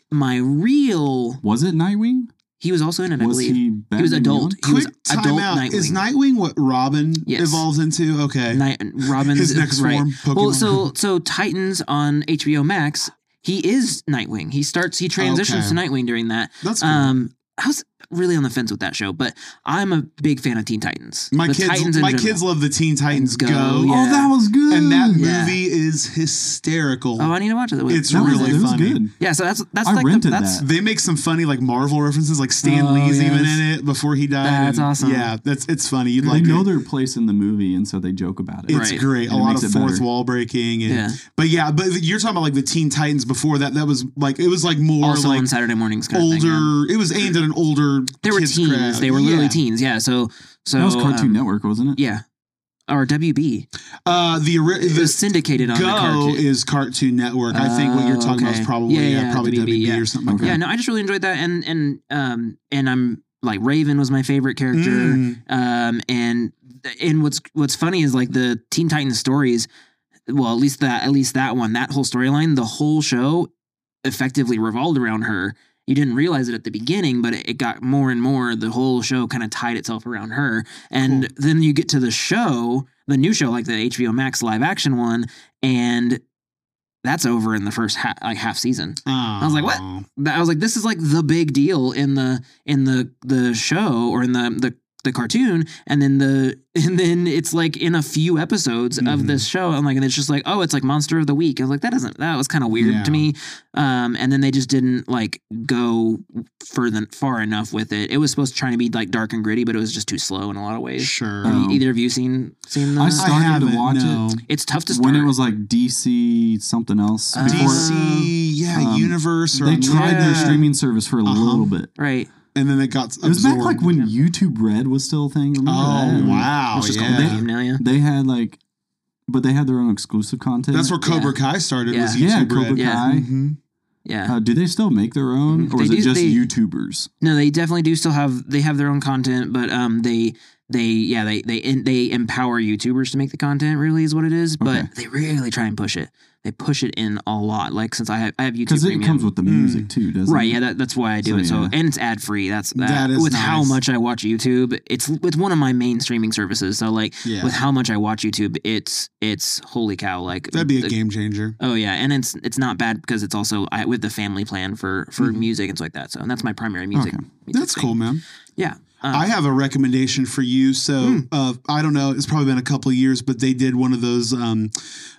S2: My real
S1: Was it Nightwing?
S2: he was also in it, I
S1: was
S2: believe.
S1: he Batman?
S2: He was adult.
S1: Beyond?
S2: He was
S3: Quick time
S2: adult
S3: out.
S2: Nightwing.
S3: Is Nightwing what Robin
S2: Yes.
S3: evolves into? Okay,
S2: Night Robin's
S3: his next
S2: right.
S3: form. Pokemon.
S2: Well, so so Titans on HBO Max, he is Nightwing. He starts he transitions
S3: Okay.
S2: to Nightwing during that.
S3: that's cool.
S2: Um I was really on the fence with that show, but I'm a big fan of Teen Titans.
S3: My
S2: The
S3: kids,
S2: Titans in
S3: my
S2: general.
S3: kids love the Teen Titans Go,
S2: Go, yeah.
S1: Oh, that was good.
S3: and that
S2: Yeah.
S3: movie is hysterical.
S2: Oh, I need to watch it. That was-
S3: It's
S1: That was-
S3: really
S1: that was
S3: funny.
S1: good.
S2: yeah. So that's that's
S1: I
S2: like the,
S1: rented
S2: that's
S1: that.
S3: they make some funny like Marvel references, like Stan
S2: Oh,
S3: Lee's even
S2: yes.
S3: in it before he died.
S2: That's
S3: and-
S2: awesome.
S3: Yeah, that's it's funny. You'd
S1: I
S3: like
S1: know
S3: it.
S1: their place in the movie, and so they joke about it.
S3: It's
S2: Right.
S3: great. A
S1: And it
S3: lot
S1: makes
S3: of
S1: it
S3: fourth
S1: better.
S3: wall breaking. And,
S2: Yeah.
S3: But yeah, but you're talking about like the Teen Titans before that. That was like it was like more
S2: also
S3: like
S2: on Saturday mornings kind
S3: older.
S2: of thing. yeah.
S3: It was aimed at an older.
S2: They were
S3: kids
S2: teens.
S3: crowd.
S2: They were literally
S3: Yeah.
S2: teens. Yeah. So so
S1: that was Cartoon
S2: um,
S1: Network, wasn't it?
S2: Yeah. Or WB.
S3: Uh, the ori-
S2: It was
S3: the
S2: syndicated on the
S3: Go
S2: cartoon.
S3: is Cartoon Network. I think what you're
S2: Oh,
S3: talking about
S2: okay.
S3: is probably
S2: Yeah,
S3: yeah,
S2: yeah,
S3: probably
S2: WB,
S3: WB,
S2: yeah.
S3: or something like
S2: yeah,
S3: that.
S2: no, I just really enjoyed that, and and um and I'm like Raven was my favorite character,
S3: Mm.
S2: um and and what's what's funny is like the Teen Titans stories, well at least that at least that one that whole storyline the whole show effectively revolved around her. You didn't realize it at the beginning, but it, it got more and more. The whole show kind of tied itself around her, and then you get to the show, the new show, like the HBO Max live action one, and that's over in the first ha- like half season
S3: I
S2: was like, what?
S3: Oh,
S2: that I was like, this is like the big deal in the in the the show or in the the the cartoon, and then the and then it's like in a few episodes of
S1: Mm-hmm.
S3: Mhm.
S2: this show, and like and it's just like, oh, it's like Monster of the Week. I was like, that doesn't that was kind of weird
S3: Yeah.
S2: to me. Um, and then they just didn't like go further far enough with it. It was supposed to try to be like dark and gritty, but it was just too slow in a lot of ways.
S3: Sure.
S2: Have you-
S1: Oh.
S2: either of you seen seen that?
S1: I saw- started to
S3: haven't,
S1: watch it.
S2: it's tough to start.
S1: when it was like DC something else.
S2: Uh,
S1: before-
S3: DC, yeah,
S1: um,
S3: Universe. Or
S1: they tried their
S2: Yeah.
S1: streaming service for a
S3: Uh-huh.
S1: little bit.
S2: right.
S3: and then it got
S1: It was back
S3: absorbed.
S1: like when YouTube Red was still a thing. Remember
S3: oh
S1: that?
S3: wow,
S2: It's just
S3: yeah.
S2: called Game now, yeah.
S1: They had like, but they had their own exclusive content.
S3: That's where Cobra Kai started. Was
S1: Yeah,
S3: YouTube
S1: Cobra
S3: Red.
S2: Yeah.
S1: Kai.
S3: Mhm.
S2: Yeah. Mm-hmm.
S1: Uh, do they still make their own, or
S2: They
S1: is
S2: do-
S1: it just
S2: they-
S1: YouTubers?
S2: No, they definitely do still have they have their own content, but um they they yeah they they they empower YouTubers to make the content really is what it is, but
S1: Okay.
S2: they really try and push it. They push it in a lot. Like since I have I have YouTube
S1: Because it
S2: Premium. Mm.
S1: comes with the music too, doesn't
S2: Right,
S1: it?
S2: yeah, that, that's why I do
S1: So,
S2: it. So
S1: yeah.
S2: and it's ad free. That's that.
S3: That is
S2: with how
S3: nice.
S2: much I watch YouTube. It's it's one of my main streaming services. So like
S3: Yeah.
S2: with how much I watch YouTube, it's it's holy cow. Like
S3: That'd be a
S2: the-
S3: game changer.
S2: Oh yeah, and it's it's not bad because it's also I, with the family plan for for
S3: Mhm.
S2: music and stuff like that. So and that's my primary music.
S1: Okay.
S2: music
S3: That's
S2: thing.
S3: cool, man.
S2: Yeah, um, Hmm.
S3: I have a recommendation for you. So uh, I don't know; it's probably been a couple of years, but they did one of those. Um,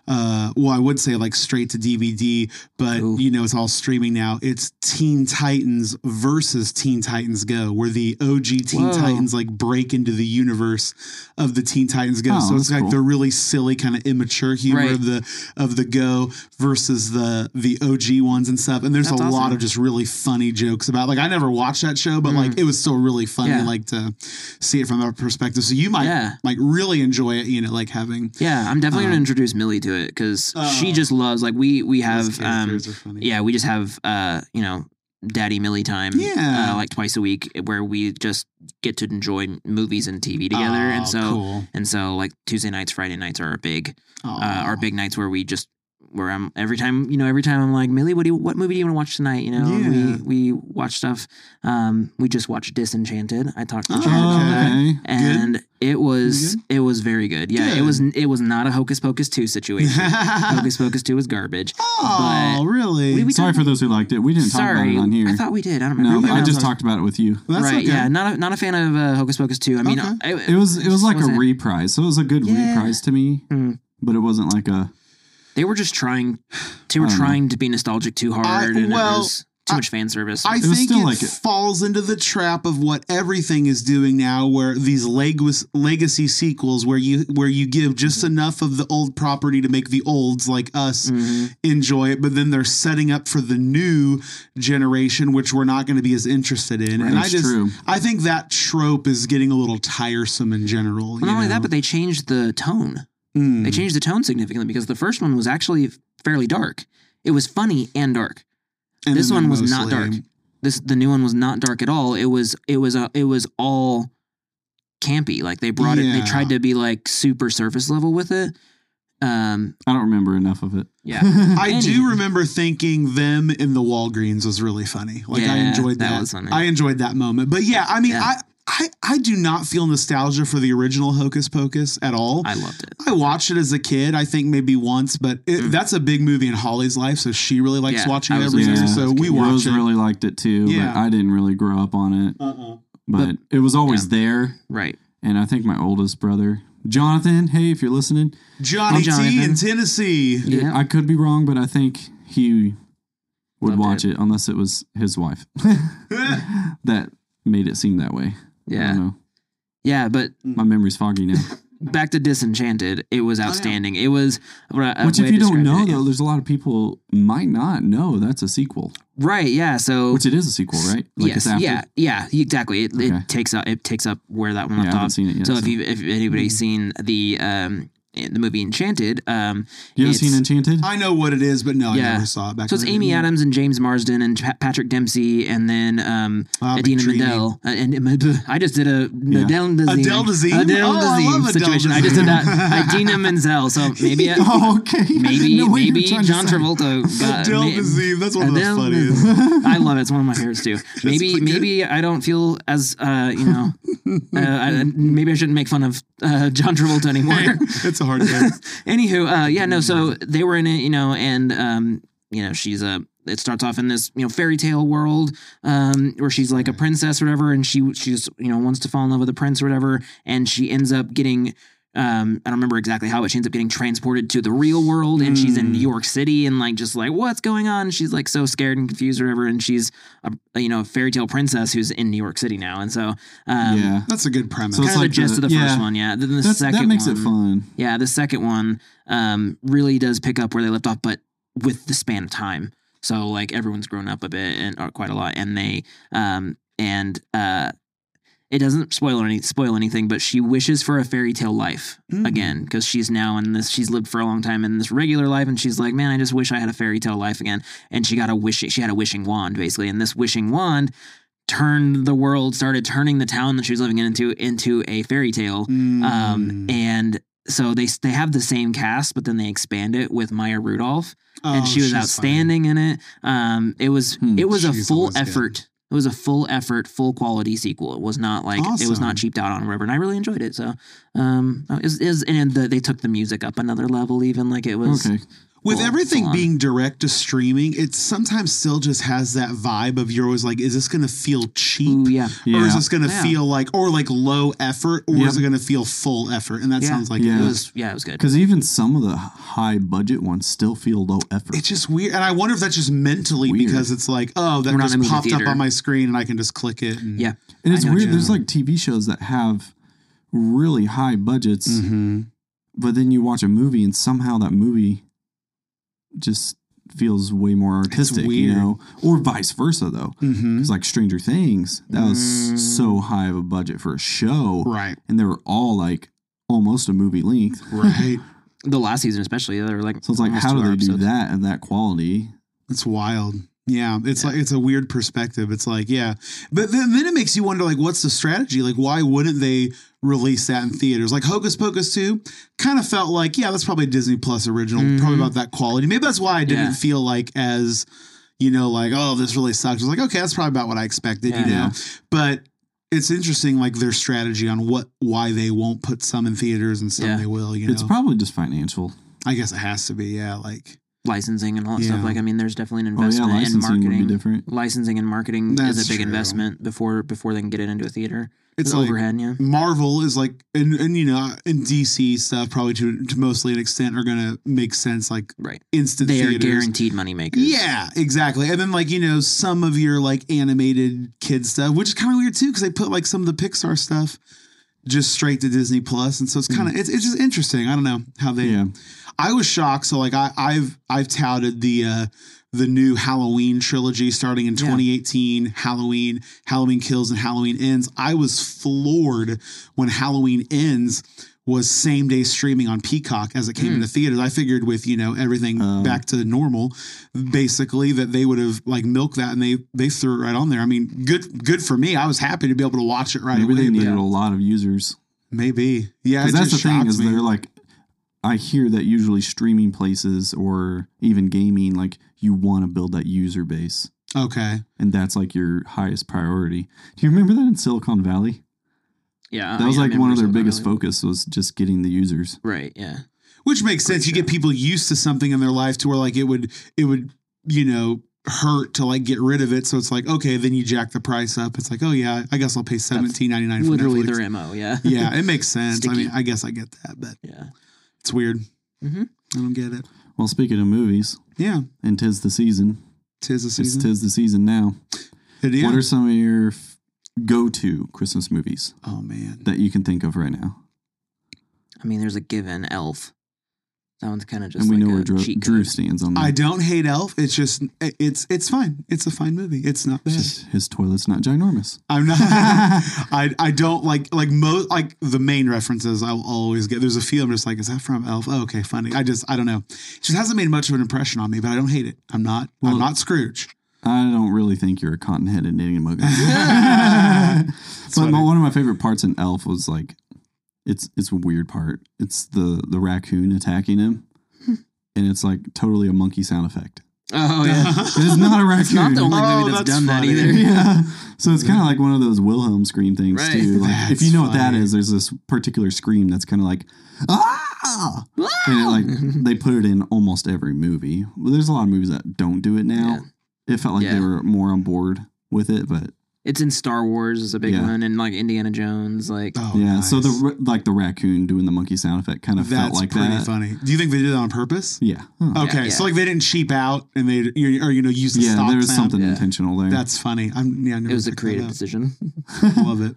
S3: uh, well, I would say like straight to DVD, but
S2: Ooh.
S3: you know it's all streaming now. It's Teen Titans versus Teen Titans Go, where the OG Teen
S2: Whoa.
S3: Titans like break into the universe of the Teen Titans Go.
S1: Oh,
S3: so it's
S1: that's
S3: like
S1: cool.
S3: the really silly kind of immature humor
S2: Right.
S3: of the of the Go versus the the OG ones and stuff. And there's
S2: That's
S3: a lot
S2: awesome.
S3: of just really funny jokes about. Like I never watched that show, but like it was still really funny.
S2: Hmm. Yeah.
S3: Like to see it from that perspective. So you might
S2: Yeah.
S3: like really enjoy it. You know, like having
S2: Yeah, I'm definitely
S3: Um,
S2: gonna introduce Millie to it because she
S3: Oh.
S2: just loves like we we
S3: Those
S2: have um
S3: characters are funny.
S2: yeah we just have uh you know daddy Millie time
S3: Yeah.
S2: uh, like twice a week where we just get to enjoy movies and TV together and
S3: Oh,
S2: so
S3: cool.
S2: and so like Tuesday nights Friday nights are our big
S3: Oh.
S2: uh, our big nights where we just where I'm every time you know every time I'm like Millie what do you, what movie do you want to watch tonight you know
S3: Yeah.
S2: and we we watch stuff um we just watched Disenchanted I talked to
S3: Oh,
S2: Jared about
S3: okay.
S2: that
S1: Okay.
S2: and it was it was very good. Yeah, it
S3: Good.
S2: was it was not a Hocus Pocus two situation. Hocus Pocus two was garbage.
S3: oh, really?
S2: We- we
S1: Sorry
S2: talked-
S1: for those who liked it. We didn't talk
S2: Sorry,
S1: about it on here.
S2: I thought we did. I don't
S1: no,
S2: remember.
S1: I
S3: Yeah,
S1: just
S3: no.
S1: talked about it with you.
S3: That's
S2: right,
S3: okay.
S2: yeah, not a, not a fan of uh, Hocus Pocus two. I mean,
S3: Okay.
S2: I,
S1: It was it was like a
S2: wasn't-
S1: reprise, so it was a good
S2: Yeah.
S1: reprise to me,
S2: Mm.
S1: but it wasn't like a.
S2: they were just trying. They were
S1: I don't know.
S2: trying to be nostalgic too hard, and
S3: well,
S2: it was too
S3: I-
S2: much fan service.
S3: I
S1: It
S3: think
S1: was still
S3: it
S1: like it.
S3: falls into the trap of what everything is doing now, where these legus- legacy sequels, where you where you give just
S2: Mm-hmm.
S3: enough of the old property to make the olds like us
S2: Mhm.
S3: enjoy it, but then they're setting up for the new generation, which we're not going to be as interested in. And I
S1: That's
S3: just
S1: true.
S3: I think that trope is getting a little tiresome in general. Hmm.
S2: Well, not only that, but they changed the tone. They
S1: Mm-hmm.
S2: changed the tone significantly because the first one was actually fairly dark. It was funny and dark. this one was not dark. This the new one was not dark at all. It was it was uh, it was all campy. Like they brought it. They
S3: Yeah.
S2: tried to be like super surface level with it. Um.
S1: I don't remember enough of it.
S2: Yeah.
S3: I do
S2: Anyway.
S3: remember thinking them in the Walgreens was really funny. Like I
S2: Yeah,
S3: enjoyed
S2: that
S3: that.
S2: was funny.
S3: I enjoyed that moment. But yeah, I mean,
S2: Yeah.
S3: I I, I do not feel nostalgia for the original Hocus Pocus at all.
S2: I loved it.
S3: I watched it as a kid, I think maybe once, but it,
S2: Mm.
S3: that's a big movie in Holly's life, so she really likes
S2: Yeah,
S3: watching
S2: I
S3: it
S2: was
S3: every
S2: listening
S3: year.
S2: to
S3: So
S2: that as a
S3: we
S2: kid.
S3: watch
S1: Rose
S3: it.
S1: really liked it too,
S3: Yeah.
S1: but I didn't really grow up on it.
S3: uh-uh.
S1: But it was always there.
S2: Right.
S1: And I think my oldest brother, Jonathan, hey, if you're listening,
S3: Johnny T
S2: Jonathan.
S3: in Tennessee.
S2: Yeah.
S1: I could be wrong, but I think he would
S2: Loved
S1: watch it. unless it was his wife that made it seem that way. I
S2: Yeah.
S1: don't know.
S2: Yeah. But
S1: My memory's foggy now.
S2: back to Disenchanted, it was outstanding. It was. what I-
S1: Oh, Which,
S2: the way
S1: if
S2: I
S1: you don't
S2: described
S1: know,
S2: it,
S1: though, there's a lot of people might not know that's a sequel,
S2: Right. Yeah. So.
S1: which it is a sequel, right?
S2: Oh, yes. Yeah. Yeah. Exactly. It,
S1: Okay.
S2: it takes up. It takes up where that one
S1: Yeah, I
S2: left
S1: haven't
S2: off.
S1: seen it yet. Mm-hmm.
S2: so if you if anybody's seen the um the movie Enchanted, um,
S1: you haven't seen
S2: it's-
S1: Enchanted?
S3: I know what it is, but no, I
S2: Yeah.
S3: never saw it back
S2: so it's
S3: in the
S2: Amy
S3: day.
S2: Adams and James Marsden and Ch- Patrick Dempsey and then um
S3: I'll be
S2: Adina
S3: dreaming.
S2: Mendel Uh, and uh, I just did a Adele Dazeem.
S3: Adele Dazeem?
S2: Adele
S3: Oh, I
S2: Dazeem
S3: love Adele
S2: situation. I just did
S3: Dazeem.
S2: that Idina Menzel. So maybe I-
S1: Oh, okay. I didn't
S2: maybe
S1: know what you were
S2: maybe
S1: trying to
S2: John
S1: say.
S2: Travolta. Got,
S3: Adele
S2: may-
S3: Dazeem, that's one of the
S2: Uh, Adele
S3: funniest.
S2: Dazeem. I love it. It's one of my favorites too. maybe
S3: pretty good.
S2: maybe I don't feel as uh, you know. uh, I, maybe I shouldn't make fun of uh, John Travolta anymore.
S3: it's a hard thing.
S2: Anywho, uh, yeah, no. So they were in it, you know, and um, you know, she's a. It starts off in this, you know, fairy tale world, um, where she's like a princess or whatever, and she she's you know wants to fall in love with a prince or whatever, and she ends up getting. Um, I don't remember exactly how, but she ends up getting transported to the real world, and she's in New
S1: Hmm.
S2: York City, and like just like what's going on? She's like so scared and confused, or whatever, and she's a, a, you know a fairy tale princess who's in New York City now, and so um,
S1: yeah.
S3: That's a good premise.
S1: So
S2: kind
S1: it's
S2: of
S1: like
S2: the gist
S1: the-
S2: of the
S1: yeah.
S2: first one, yeah. Then the
S1: That's,
S2: second
S1: that makes
S2: one,
S1: it fun.
S2: yeah, the second one um, really does pick up where they left off, but with the span of time. So like everyone's grown up a bit and or quite a lot, and they um, and uh, it doesn't spoil any spoil anything, but she wishes for a fairy tale life
S3: Mm.
S2: again because she's now in this. She's lived for a long time in this regular life, and she's like, man, I just wish I had a fairy tale life again. And she got a wish. She had a wishing wand basically, and this wishing wand turned the world, started turning the town that she was living in into into a fairy tale.
S3: Hmm.
S1: Mm.
S2: Um, and so they they have the same cast, but then they expand it with Maya Rudolph, and
S3: Oh,
S2: she was
S3: she's
S2: outstanding in it. Um, it was
S1: Hmm,
S2: it was a
S3: she's
S2: full
S3: always good.
S2: effort. It was a full effort, full quality sequel. It was not like it was
S3: Awesome.
S2: not cheaped out on or whatever, and I really enjoyed it. So, um, it was, it was- and the, they took the music up another level, even like it was.
S1: Okay.
S3: With
S2: full-
S3: everything
S2: full on.
S3: being direct to streaming, it sometimes still just has that vibe of you're always like, is this going to feel cheap?
S2: Ooh, yeah,
S3: Or is
S1: Yeah.
S3: this going to
S2: Yeah.
S3: feel like, or like low effort, or
S1: Yep.
S3: is it going to feel full effort? And that
S2: Yeah.
S3: sounds like
S1: Yeah.
S2: it
S3: it.
S2: was. Yeah, it was good.
S1: Because even some of the high budget ones still feel low effort.
S3: It's just weird. And I wonder if that's just mentally
S1: Weird.
S3: because it's like, oh, that
S2: We're not in a
S3: just
S2: movie
S3: popped up
S2: theater.
S3: on my screen and I can just click it. And,
S2: Yeah,
S1: and it's
S2: I know
S1: weird.
S2: what you
S1: There's like TV shows that have really high budgets,
S2: Mm-hmm.
S3: Mhm.
S1: but then you watch a movie and somehow that movie just feels way more artistic, you
S3: weird.
S1: know, or vice versa though.
S3: Mhm.
S1: It's like Stranger Things. That was
S2: Mm.
S1: so high of a budget for a show,
S3: Right.
S1: and they were all like almost a movie length.
S3: Right.
S2: the last season especially, they were like.
S1: So it's like,
S2: almost
S1: how do
S2: two-hour
S1: they do
S2: episodes.
S1: that at that quality?
S3: It's wild. Yeah, it's like it's a weird perspective. It's like, yeah, but then, then it makes you wonder, like, what's the strategy? Like, why wouldn't they release that in theaters? Like, Hocus Pocus two kind of felt like, yeah, that's probably a Disney Plus original, probably
S2: Mhm.
S3: about that quality. Maybe that's why I didn't
S2: Yeah.
S3: feel like as, you know, like, oh, this really sucks. I was like, okay, that's probably about what I expected, you
S2: Yeah.
S3: know.
S1: Yeah.
S3: But it's interesting, like their strategy on what why they won't put some in theaters and some
S2: Yeah.
S3: they will. You know,
S1: It's probably just financial. Oh,
S3: I guess it has to be, yeah, like
S2: licensing and all that
S3: Yeah.
S2: stuff. Like, I mean, there's definitely an
S1: Oh yeah,
S2: investment in
S1: licensing would be
S2: marketing.
S1: different.
S2: licensing and marketing
S3: That's
S2: is a big
S3: true.
S2: investment before before they can get it into a theater. It's,
S3: it's like.
S2: overhead, yeah.
S3: Marvel is like, and, and you know, and DC stuff probably to, to mostly an extent are gonna make sense like
S2: Right.
S3: instant
S2: They are
S3: theaters.
S2: guaranteed money makers.
S3: Yeah, exactly. And then like you know some of your like animated kid stuff, which is kind of weird too because they put like some of the Pixar stuff just straight to Disney Plus, and so it's
S2: Mm.
S3: kind of it's, it's just interesting. I don't know how they.
S1: Yeah.
S3: I was shocked. So like I, I've I've touted the uh, the new Halloween trilogy starting in
S2: Yeah.
S3: 2018. Halloween, Halloween Kills, and Halloween Ends. I was floored when Halloween Ends was same day streaming on Peacock as it came
S2: Mm.
S3: into theaters. I figured with you know everything
S1: Um.
S3: back to normal, basically that they would have like milked that and they they threw it right on there. I mean, good good for me. I was happy to be able to watch it right
S1: Maybe
S3: away.
S1: they needed
S3: but
S1: a lot of users.
S3: maybe yeah.
S1: Because
S3: it
S1: that's the
S3: just
S1: thing
S3: shocked
S1: is
S3: me.
S1: they're like, I hear that usually streaming places or even gaming, like you want to build that user base,
S3: okay.
S1: and that's like your highest priority. Do you remember that in Silicon Valley?
S2: Yeah,
S1: That was
S2: Uh, yeah,
S1: like one of
S2: members
S1: their
S2: not
S1: biggest
S2: really-
S1: focus was just getting the users.
S2: Right. Yeah.
S3: Which makes sense. You get people used to something in their life to where like it would it would, you know, hurt to like get rid of it. So it's like, okay, then you jack the price up. It's like, oh yeah, I guess I'll pay seventeen ninety nine for
S2: Literally
S3: Netflix.
S2: their mo. Yeah.
S3: yeah, it makes sense. I
S2: Sticky.
S3: mean, I guess I get that, but
S2: Yeah.
S3: it's weird.
S2: Mhm.
S3: I don't get it.
S1: Well, speaking of movies,
S3: Yeah.
S1: and tis the season.
S3: Tis the
S1: It's
S3: season.
S1: tis the season now.
S3: It is.
S1: What are some of your f- go-to Christmas movies
S3: oh man.
S1: that you can think of right now?
S2: I mean, there's a given elf. That one's kind of just.
S1: and we
S2: like
S1: know
S2: a
S1: where Drew,
S2: cheat
S1: Drew
S2: code.
S1: stands on that.
S3: I don't hate Elf. It's just it's it's fine. It's a fine movie. It's not
S1: It's
S3: bad.
S1: just his toilet's not ginormous.
S3: I'm not. I I don't like like most like the main references. I will always get. There's a few. I'm just like, is that from Elf? Oh, okay, funny. I just I don't know. It just hasn't made much of an impression on me, but I don't hate it. I'm not.
S1: Well-
S3: I'm not Scrooge.
S1: I don't really think you're a cotton-headed knitting mug. but
S3: funny.
S1: my, one of my favorite parts in Elf was like, it's it's a weird part. It's the the raccoon attacking him, and it's like totally a monkey sound effect.
S2: Oh yeah.
S1: It is not a raccoon.
S2: It's not the only
S3: Oh,
S2: movie that's,
S3: that's
S2: done
S3: funny.
S2: that either.
S1: yeah. So it's kind of like one of those Wilhelm scream things
S2: Right.
S1: too. Like if
S3: That's
S1: you know what that
S3: funny.
S1: is, there's this particular scream that's kind of like ah, and it, like they put it in almost every movie. Well, there's a lot of movies that don't do it now. It felt like they
S2: Yeah.
S1: were more on board with it, but
S2: It's in Star Wars is a big
S1: Yeah.
S2: one, and like Indiana Jones, like
S3: Oh,
S1: yeah. So the
S3: nice.
S1: ra- like the raccoon doing the monkey sound effect kind of felt
S3: that's
S1: like
S3: pretty Oh,
S1: that.
S3: funny. Do you think they did it on purpose?
S1: Yeah. Huh.
S3: Okay,
S2: yeah.
S3: so like they didn't cheap out and they you- or you know use the
S1: Yeah,
S3: stop
S1: there was
S3: sound.
S1: something
S2: Yeah.
S1: intentional there.
S3: That's funny. I'm yeah. I never
S2: it was a
S3: picked that
S2: creative
S3: up.
S2: decision.
S3: Love it.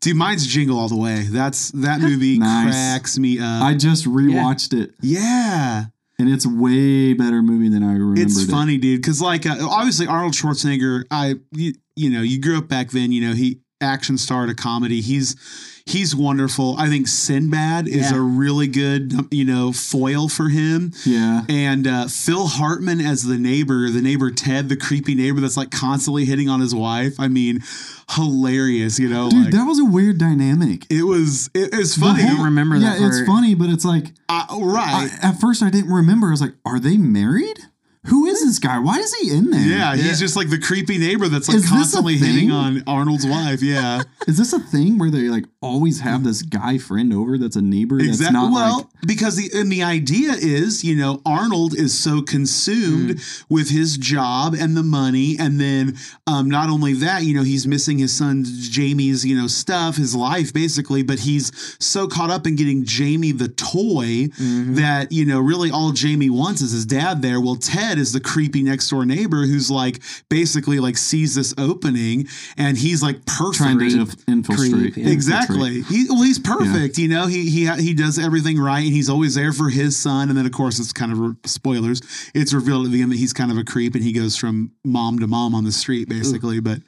S3: Dude, mine's Jingle All the Way. That's that movie
S1: Nice.
S3: cracks me up.
S1: I just rewatched it,
S3: yeah.
S1: and it's way better movie than I remembered.
S3: It's
S1: it.
S3: funny, dude, because like uh, obviously Arnold Schwarzenegger, I you, you know you grew up back then. You know he action star to comedy. He's he's wonderful. I think Sinbad is
S2: Yeah.
S3: a really good um, you know foil for him.
S1: Yeah.
S3: And uh, Phil Hartman as the neighbor, the neighbor Ted, the creepy neighbor that's like constantly hitting on his wife. I mean, hilarious. You know,
S1: Dude,
S3: like,
S1: that was a weird dynamic.
S3: it was it, it's
S1: The
S3: funny.
S2: I don't remember
S1: yeah,
S2: that
S1: it's
S2: part.
S1: funny, but it's like
S3: Uh, right.
S1: I, at first I didn't remember. I was like, "Are they married? Who is this guy? Why is he in there?
S3: yeah, he's just like the creepy neighbor that's like
S1: Is this a
S3: constantly
S1: thing?
S3: hitting on Arnold's wife. Yeah.
S1: is this a thing where they like always have this guy friend over that's a neighbor that's
S3: Exactly.
S1: not
S3: Well,
S1: like
S3: because the and the idea is, you know, Arnold is so consumed
S1: Mm.
S3: with his job and the money, and then um, not only that, you know, he's missing his son Jamie's, you know, stuff, his life basically, but he's so caught up in getting Jamie the toy
S1: Mm-hmm.
S3: that you know, really all Jamie wants is his dad there. Well, Ted is the creepy next door neighbor who's like basically like sees this opening, and he's like perfect.
S1: trying to inf- infiltrate.
S2: Creep, yeah.
S1: infiltrate.
S3: Exactly. He, well, he's perfect. You know, he he he does everything right, and he's always there for his son. And then, of course, it's kind of re- spoilers. It's revealed at the end that he's kind of a creep, and he goes from mom to mom on the street, basically. But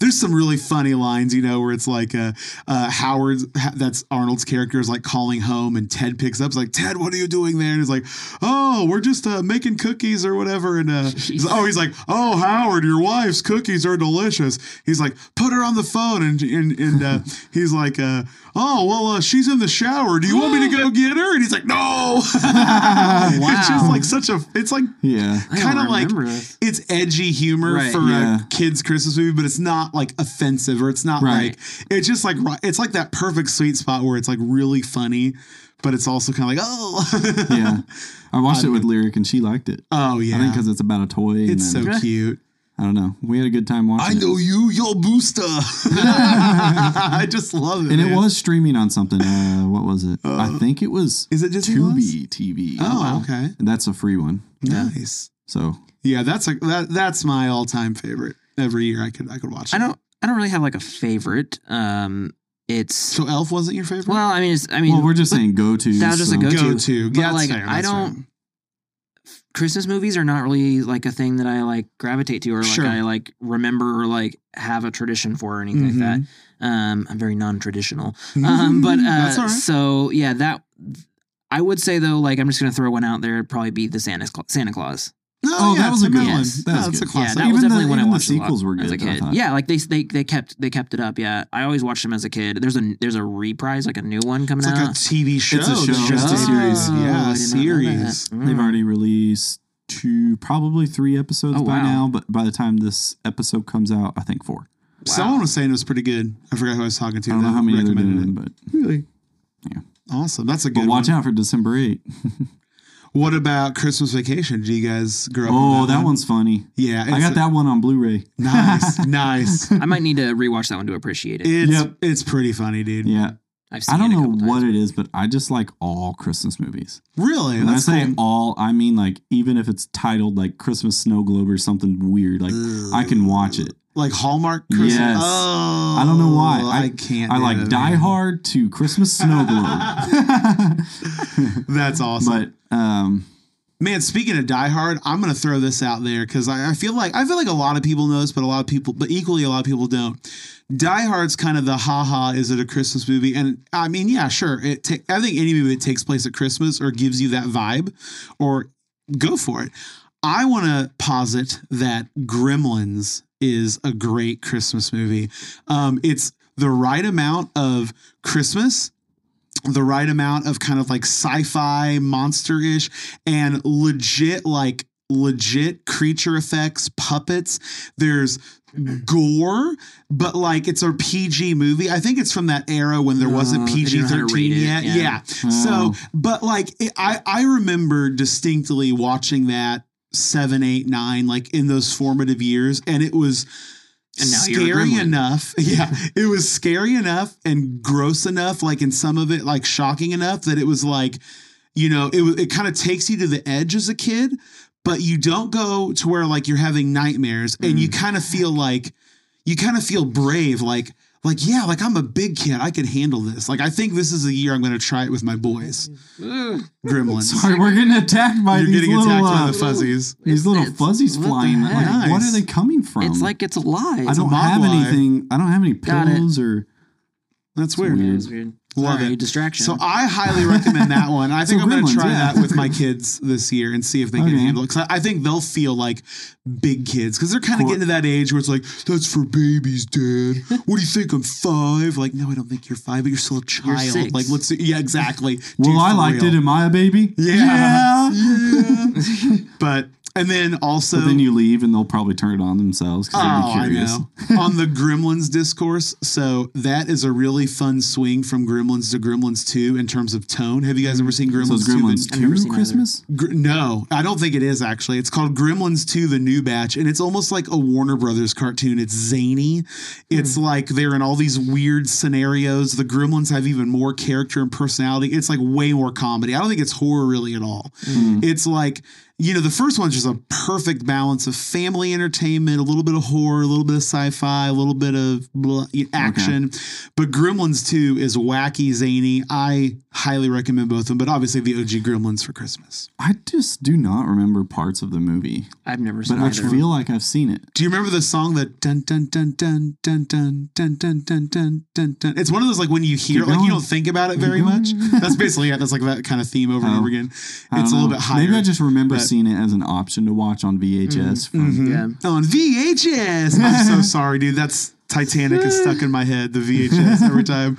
S3: there's some really funny lines, you know, where it's like uh, uh, Howard's ha- that's Arnold's character is like calling home, and Ted picks up, it's like Ted, what are you doing there? And he's like, oh, we're just uh, making cookies or whatever. And uh, he's, oh, he's like, oh, Howard, your wife's cookies are delicious. He's like, put her on the phone, and and and uh, he's like, uh, oh, well, uh, she's in the shower. Do you want me to go get her? And he's like, no. It's just like such a. It's like
S1: Yeah.
S2: I don't
S3: kind of like
S2: remember this.
S3: it's edgy humor
S2: Right,
S3: for
S1: yeah.
S3: a kids Christmas movie, but it's not like offensive or it's not
S1: Right.
S3: like it's just like ri- it's like that perfect sweet spot where it's like really funny, but it's also kind of like oh
S1: Yeah. I watched it with Lyric and she liked it.
S3: oh yeah,
S1: I think because it's about a toy. And
S3: it's so
S1: then-
S3: cute.
S1: I don't know. We had a good time watching. it.
S3: you, your booster. I just love it.
S1: And it
S3: man.
S1: was streaming on something. Uh, what was it? I think it was
S3: Is it Disney
S1: Tubi TV.
S3: Oh, okay,
S1: And that's a free one.
S3: nice.
S1: So
S3: Yeah, that's a that that's my all time favorite. Every year I could I could watch.
S2: I
S3: it.
S2: don't. I don't really have like a favorite. Um, it's
S3: So Elf wasn't your favorite.
S2: well. I mean, it's, I mean,
S1: well, we're just saying go to.
S2: that was just a
S1: so-
S2: go-to.
S3: go to.
S2: But,
S3: Yeah,
S2: like,
S3: that's fair,
S2: I
S3: that's fair.
S2: don't- Christmas movies are not really like a thing that I like gravitate to or like
S3: Sure.
S2: I like remember or like have a tradition for or anything like
S1: Mm-hmm.
S2: that. Um, I'm very non-traditional. Um, but uh,
S3: Mm-hmm. That's all right.
S2: so yeah, that I would say though, like I'm just gonna throw one out there. It'd probably be the Santa Claus. Santa Claus.
S3: No,
S1: Oh, that was a
S3: Tim
S1: good
S3: Allen.
S2: one.
S1: That
S3: No,
S1: was
S3: that's
S1: good.
S3: a
S2: Yeah,
S3: classic.
S2: that was
S1: Even the-
S2: definitely when I
S1: even the
S2: watched a lot
S1: sequels were
S2: as a
S1: good, I
S2: kid.
S1: thought.
S2: Yeah, like they they they kept they kept it up. Yeah, I always watched them as a kid. There's a there's a reprise, like a new one coming
S3: It's like
S2: out.
S3: a TV show.
S1: show.
S3: that's just a
S1: Oh,
S3: series.
S2: I
S3: Yeah, a
S2: did not know that.
S3: series.
S2: Mm.
S1: They've already released two, probably three episodes
S2: Oh,
S1: by
S2: wow.
S1: now, but by the time this episode comes out, I think four.
S3: Someone was saying it was pretty good. I forgot who I was talking to.
S1: I don't know
S3: that
S1: how many they're
S3: recommended
S1: doing, but
S3: it. Really?
S1: Yeah.
S3: Awesome. That's a good
S1: but watch
S3: one.
S1: out for December 8.
S3: What about Christmas Vacation? Do you guys grow up? on
S1: Oh, that one's funny.
S3: Yeah.
S1: I got that one on Blu-ray.
S3: Nice. nice.
S2: I
S1: Mm.
S2: might need to rewatch that one to appreciate it.
S3: It's,
S1: Yep.
S3: it's pretty funny, dude.
S1: Yeah,
S2: I've seen
S1: I don't
S2: it a
S1: know
S2: couple
S1: what
S2: times.
S1: it is, but I just like all Christmas movies.
S3: Really?
S1: When I
S3: That's
S1: say
S3: cool.
S1: all, I mean like even if it's titled like Christmas Snow Globe or something weird, like I can watch it.
S3: Like Hallmark Christmas.
S1: Yes.
S3: Oh,
S1: I don't know why.
S3: I,
S1: I-
S3: can't.
S1: I
S3: do
S1: like
S3: that,
S1: Die
S3: man.
S1: Hard to Christmas Snow Globe.
S3: That's awesome.
S1: but um,
S3: Man, speaking of Die Hard, I'm gonna throw this out there because I, I feel like I feel like a lot of people know this, but a lot of people, but equally a lot of people don't. Die Hard's kind of the haha, is it a Christmas movie? And I mean, yeah, sure. It ta- I think any movie that takes place at Christmas or gives you that vibe, or go for it. I want to posit that Gremlins is a great Christmas movie. Um, it's the right amount of Christmas the right amount of kind of like sci-fi monster-ish and legit like legit creature effects puppets there's gore but like it's a pg movie i think it's from that era when there wasn't
S2: Uh, they didn't know how to
S3: pg-13
S2: rate it,
S3: yet yeah,
S2: yeah.
S3: so
S1: Oh.
S3: but like it, i i remember distinctly watching that seven eight nine like in those formative years and it was
S2: And now you're a
S3: scary
S2: gremlin.
S3: enough. Yeah, it was scary enough and gross enough, like in some of it, like shocking enough that it was like, you know, it wa- it kind of takes you to the edge as a kid, but you don't go to where like you're having nightmares and you
S1: Mm.
S3: kind of feel like you kind of feel brave, like like yeah, like I'm a big kid, I can handle this. Like I think this is the year I'm going to try it with my boys,
S2: Ugh.
S3: Gremlins.
S1: sorry, we're getting attacked by
S3: You're
S1: these
S3: getting
S1: little
S3: attacked by
S1: uh,
S3: the fuzzies.
S1: these little
S2: It's-
S1: fuzzies
S2: what the
S1: flying. Like,
S2: heck?
S1: What
S3: Nice.
S1: are they coming from?
S2: It's like it's alive.
S1: Um, I don't
S3: mob
S1: have
S3: wire.
S1: anything. I don't have any
S2: Got it.
S1: pillows or
S3: That's weird.
S2: Yeah, it's weird.
S3: Love
S2: Sorry,
S3: it.
S2: distraction.
S3: So I highly recommend that one. I think I'm going to
S1: Gremlins,
S3: try
S1: yeah.
S3: that with my kids this year and see if they can
S1: Okay.
S3: handle it. Because I I think they'll feel like big kids because they're kind of getting to that age where it's like, that's for babies, Dad. What do you think? I'm five. Like, no, I don't think you're five, but you're still a
S2: You're
S3: child.
S2: six.
S3: Like, let's, yeah, exactly.
S1: Well,
S3: Dude,
S1: I
S3: for
S1: liked
S3: real.
S1: it. Am I a baby?
S3: Yeah. Yeah. but, and then also.
S1: But then you leave, and they'll probably turn it on themselves because
S3: Oh,
S1: they'll be
S3: I
S1: curious.
S3: know. On the Gremlins discourse, so that is a really fun swing from Gremlins to Gremlins 2 in terms of tone. Have you guys ever seen Gremlins
S1: So it's
S3: 2?
S1: Gremlins
S2: I've never
S1: two
S2: seen
S1: Christmas.
S3: Gr- no, I don't think it is actually. It's called Gremlins 2 The New Batch, and it's almost like a Warner Brothers cartoon. It's zany. It's like they're in all these weird scenarios. The Gremlins have even more character and personality. It's like way more comedy. I don't think it's horror really at all. It's like, you know, the first one's just a perfect balance of family entertainment, a little bit of horror, a little bit of sci fi, a little bit of blah, action. But Gremlins 2 is wacky, zany. I highly recommend both of them, but obviously the OG Gremlins for Christmas.
S1: I just do not remember parts of the movie,
S2: I've never
S1: but
S2: seen
S1: I
S2: either.
S1: feel like I've seen it.
S3: Do you remember the song that dun dun dun dun dun dun dun dun dun dun dun dun? It's one of those like when you hear
S1: Keep
S3: it, like you
S1: going.
S3: don't think about it very much. That's basically it. That's like that kind of theme over and
S1: Oh.
S3: over again.
S1: I
S3: It's
S1: don't
S3: a
S1: know.
S3: little bit higher.
S1: Maybe I just remember
S3: but- Mm-hmm.
S1: seeing it as an option to watch on VHS. From,
S2: yeah.
S3: on VHS. I'm so sorry, dude. That's Titanic is stuck in my head. The VHS every time.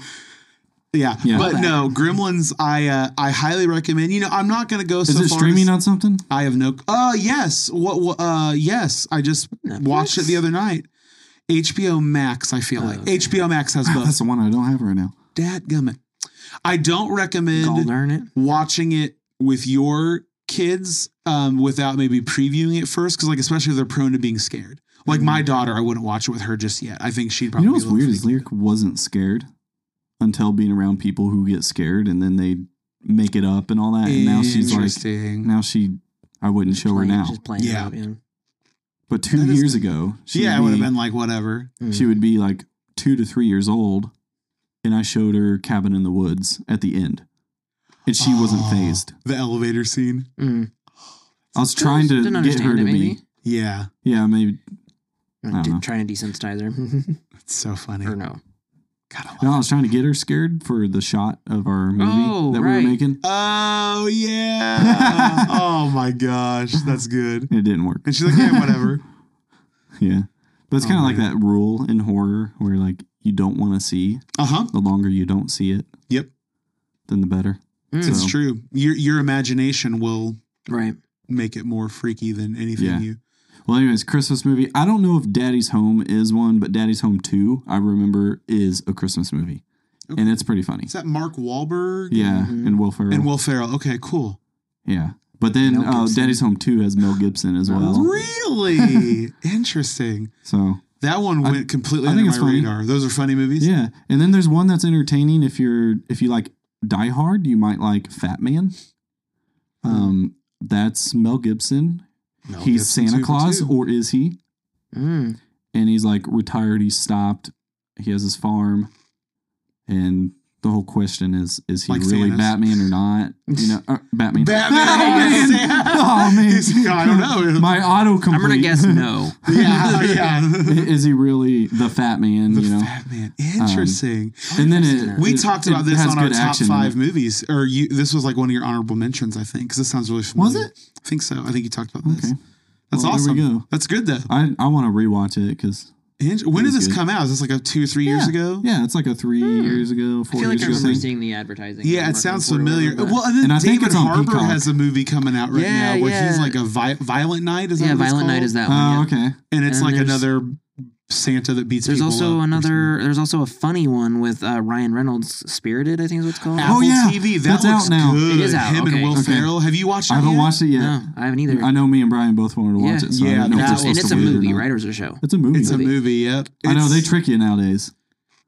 S3: Yeah,
S1: Yeah.
S3: but no, Gremlins. I uh, I highly recommend. You know, I'm not gonna go
S1: Is
S3: so
S1: it
S3: far.
S1: streaming
S3: as,
S1: on something?
S3: I have no. Uh yes. What? what- Uh yes. I just watched it the other night. HBO Max. I feel like HBO Max has both.
S1: That's the one I don't have right now.
S3: dadgummit. I don't recommend
S2: Go learn it.
S3: watching it with your kids um, without maybe previewing it first, because like especially if they're prone to being scared. Like my daughter, I wouldn't watch it with her just yet. I think
S1: Mm.
S3: she'd
S1: You
S3: probably.
S1: know what's
S3: be a little
S1: weird is
S3: freaked.
S1: Lyric wasn't scared until being around people who get scared, and then they make it up and all that. And now she's like,
S3: Interesting.
S1: now she, I wouldn't show her
S2: Playing-
S1: now.
S2: Just playing
S3: Yeah.
S2: it out, yeah.
S1: But two
S3: That is-
S1: years ago, she
S3: yeah, I
S1: would
S3: would have
S1: be-
S3: been like whatever.
S2: Mm.
S1: She would be like two to three years old, and I showed her Cabin in the Woods at the end, and she wasn't
S3: Oh,
S1: phased.
S3: The elevator scene.
S2: Mm.
S1: I was trying to
S2: Didn't
S1: get her
S2: understand
S1: to
S2: it,
S1: be,
S2: maybe.
S3: Yeah,
S1: yeah, maybe.
S2: Or
S1: don't know.
S2: Did, trying to desensitize her.
S3: it's so funny.
S2: or no.
S3: God, I love
S1: No, I was trying to get her scared for the shot of our movie
S2: Oh,
S1: that
S2: right.
S1: we were making.
S3: Oh yeah. oh my gosh, that's good.
S1: It didn't work.
S3: And she's like, yeah, whatever.
S1: Yeah, but it's
S3: Oh,
S1: kind of like
S3: man.
S1: that rule in horror where like you don't want to see.
S3: Uh huh.
S1: The longer you don't see it,
S3: Yep.
S1: then the better.
S2: Mm.
S1: So-
S3: It's true. Your your imagination will
S2: Right.
S3: make it more freaky than anything
S1: Yeah.
S3: you.
S1: Well, anyways, Christmas movie. I don't know if Daddy's Home is one, but Daddy's Home 2, I remember, is a Christmas movie.
S3: Okay.
S1: And it's pretty funny.
S3: Is that Mark Wahlberg?
S1: Yeah,
S2: Mhm.
S1: and Will Ferrell.
S3: And Will Ferrell. Okay, cool.
S1: yeah. But then
S2: Mel
S1: uh,
S2: Gibson.
S1: Daddy's Home 2 has Mel Gibson as well.
S3: Really interesting.
S1: So,
S3: That one
S1: I-
S3: went completely
S1: I
S3: under
S1: think
S3: my
S1: it's funny.
S3: radar. Those are funny movies.
S1: yeah. And then there's one that's entertaining if you're if you like Die Hard, you might like Fat Man. Um that's Mel Gibson.
S3: Hmm. Mel
S1: he's
S3: Gibson
S1: Santa
S3: two for
S1: Claus
S3: two.
S1: or is he?
S2: Mm.
S1: and he's like retired. He's stopped. He has his farm, and the whole question is: Is he
S3: Like
S1: really
S3: Santa's.
S1: Batman or not? You know, uh, Batman.
S3: Batman.
S1: oh man!
S3: He's- I don't know.
S1: My auto complete.
S2: I'm gonna guess no.
S3: yeah, yeah.
S1: is he really the fat man?
S3: the
S1: you know, Um,
S3: Fat Man. Interesting.
S1: and then
S2: I've seen
S1: it,
S2: that.
S3: we
S1: it-
S3: talked
S1: it
S3: about this
S1: has
S3: on our
S1: good
S3: top
S1: action in
S3: five
S1: it.
S3: movies, or you, this was like one of your honorable mentions, I think, because this sounds really
S1: Was
S3: familiar. I think so. I think you talked about this.
S1: Okay.
S3: That's
S1: Well,
S3: awesome.
S1: Oh, There we go.
S3: That's good though.
S1: I I want to rewatch it because
S3: Inter- when did
S1: was
S3: this
S1: good.
S3: come out? Is this like a two or three years ago?
S1: Yeah, it's like a three years ago,
S2: Hmm. I
S1: four
S2: feel like
S1: years
S2: I
S1: ago
S2: remember
S1: thing.
S2: seeing the advertising.
S3: Yeah, it
S2: Marketing
S3: sounds
S2: for it or
S3: familiar.
S2: whatever, but-
S3: Well, and then
S1: And I think
S3: David
S1: it's on
S3: Harbour
S1: Peacock.
S3: has a movie coming out right
S2: Yeah,
S3: now where he's
S2: yeah.
S3: like a vi- Violent Night. Is that
S2: yeah,
S3: what it's
S2: Violent Night
S3: called?
S2: is that one. yeah.
S1: Oh, okay.
S3: and it's
S2: And
S3: like
S2: there's-
S3: another Santa that beats.
S2: There's
S3: people up
S2: also
S3: or
S2: another. There's also a funny one with uh, Ryan Reynolds, Spirited. I think is what it's called.
S3: something.
S1: Oh,
S3: Apple
S1: yeah.
S3: TV. That
S1: That's out
S3: looks
S1: now.
S2: It
S3: Good.
S2: is out.
S3: Him and
S2: Okay.
S3: Will
S1: Okay.
S3: Ferrell. Have you watched? it
S1: I haven't
S3: yet?
S1: watched it yet.
S2: No, I haven't either.
S1: I know me and Brian both wanted to watch
S2: Yeah.
S1: it. So
S3: Yeah,
S1: I didn't know if
S3: that
S1: this was
S2: and it's
S1: supposed to be
S2: a
S1: good or
S2: movie,
S1: not.
S2: right? Or is it a show?
S1: It's a movie.
S3: It's a movie. Yep.
S1: I know
S3: It's-
S1: they trick you nowadays.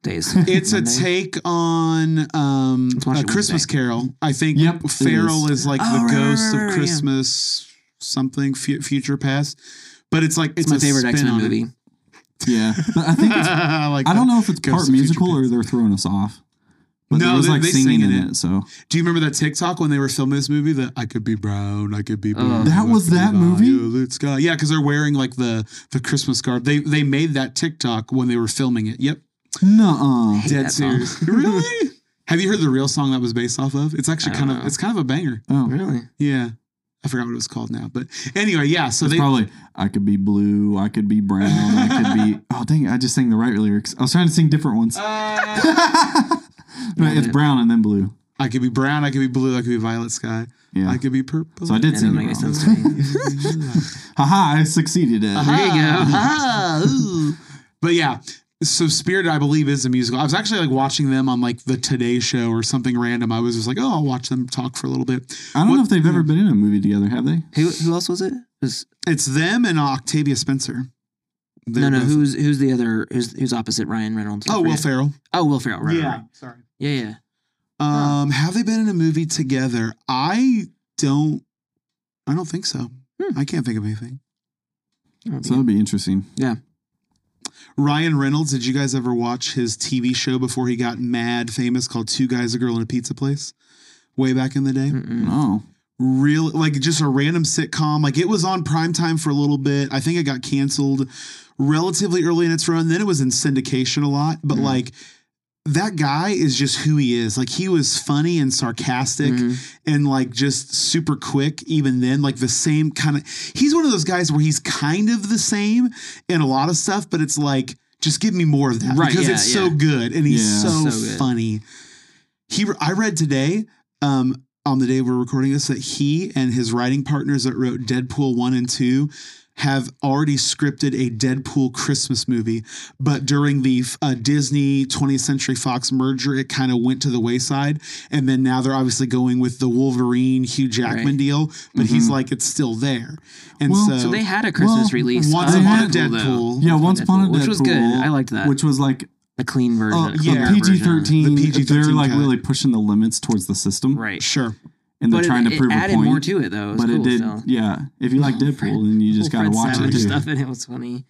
S2: Days.
S3: It's a
S2: Monday.
S3: take on um,
S2: Let's watch
S3: a
S2: it
S3: Christmas Carol. I think
S1: Yep, it
S3: Farrell is. like
S2: Oh,
S3: the
S2: right,
S3: ghost
S2: right, right,
S3: of
S2: yeah.
S3: Christmas something fu- future past, but it's like
S2: It's
S3: it's,
S2: my
S3: a
S2: favorite
S3: spin
S2: X Men
S3: on it.
S2: movie.
S1: Yeah, but I think it's,
S3: I like
S1: I
S3: that.
S1: don't know if it's
S3: Ghost
S1: part
S3: of Future
S1: musical or
S3: Past.
S1: they're throwing us off. But
S3: No,
S1: there was
S3: they-
S1: like
S3: they
S1: singing in
S3: sing in
S1: it, so
S3: Do you remember that TikTok when they were filming this movie? That I could be brown, I could be blue.
S2: Ugh.
S1: That
S3: I could
S1: was
S3: be
S1: that movie?
S3: violet sky. Yeah, because they're wearing like the the Christmas garb. They they made that TikTok when they were filming it. Yep,
S1: no.
S2: Hate
S3: dead
S2: that song.
S3: serious. really? Have you heard the real song that was based off of? It's actually
S2: I
S3: kind
S2: don't
S3: of
S2: know.
S3: it's kind of a banger.
S1: Oh,
S2: Really?
S3: Yeah, I forgot what it was called now, but anyway, yeah. So
S1: it's
S3: they
S1: probably I could be blue, I could be brown, I could be. Oh dang! it, I just sang the right lyrics. I was trying to sing different ones.
S3: Uh,
S1: No, it's brown and then blue.
S3: I could be brown, I could be blue, I could be violet sky,
S1: Yeah.
S3: I could be purple.
S1: so I did
S2: That
S1: sing
S2: doesn't
S1: it
S2: make any sense
S1: wrong.
S2: to me.
S1: Haha! I succeeded at.
S3: Uh-huh.
S1: it.
S2: There you go.
S3: go. but yeah. So Spirit, I believe, is a musical. I was actually like watching them on like the Today Show or something random. I was just like, oh, I'll watch them talk for a little bit.
S1: I don't know if they've ever been in a movie together, have they?
S2: Who who else was it? It was-
S3: It's them and Octavia Spencer.
S2: no,
S3: They're
S2: no.
S3: both-
S2: Who's who's the other? Who's who's opposite Ryan Reynolds? I
S3: Oh, Will
S2: forget.
S3: Ferrell.
S2: Oh, Will Ferrell. Right, yeah.
S3: sorry.
S2: yeah, yeah.
S3: Um, have they been in a movie together? I don't. I don't think so.
S2: Hmm.
S3: I can't think of anything.
S2: That would be
S1: So that'd be interesting.
S3: Ryan Reynolds, did you guys ever watch his TV show before he got mad famous called Two Guys, a Girl, and a Pizza Place? Way back in the day.
S2: good. Mm-mm.
S1: Oh,
S3: Real like just a random sitcom. Like it was on primetime for a little bit. I think it got canceled relatively early in its run. Then it was in syndication a lot. But
S2: Mhm.
S3: like that guy is just who he is. Like he was funny and sarcastic
S2: Mhm.
S3: and like just super quick even then like the same kind of he's one of those guys where he's kind of the same in a lot of stuff but it's like just give me more of that
S2: Right,
S3: because
S2: yeah,
S3: it's so
S2: yeah.
S3: good and he's
S1: Yeah.
S3: so,
S2: So good.
S3: funny he i read today um on the day we're recording this that he and his writing partners that wrote deadpool 1 and 2 have already scripted a Deadpool Christmas movie, but during the uh, Disney 20th Century Fox merger, it kind of went to the wayside. And then now they're obviously going with the Wolverine Hugh Jackman
S2: Right. Mm-hmm.
S3: deal, but he's
S1: Mhm.
S3: like, it's still there. And
S1: Well,
S3: so,
S2: So they had a Christmas
S1: Well,
S2: release.
S3: once
S2: of
S3: upon a
S2: Deadpool,
S3: Deadpool,
S2: though.
S1: yeah. Once upon a
S2: which was good. I liked that.
S1: Which was like
S2: the clean version.
S1: Oh,
S2: a cleaner
S1: yeah,
S3: yeah.
S2: version.
S1: PG thirteen.
S3: The PG-13
S1: They're like
S3: cut.
S1: really pushing the limits towards the system,
S2: Right.
S3: sure.
S1: And they're
S2: But it-
S1: trying to
S2: it
S1: prove a
S2: added
S1: point.
S2: more to it though. was
S1: but it
S2: cool
S1: did,
S2: still.
S1: yeah. If you like Deadpool,
S2: Fred-
S1: then you just
S2: Whole
S1: gotta
S2: Fred
S1: watch
S2: Savage
S1: it too.
S2: stuff, and it was funny.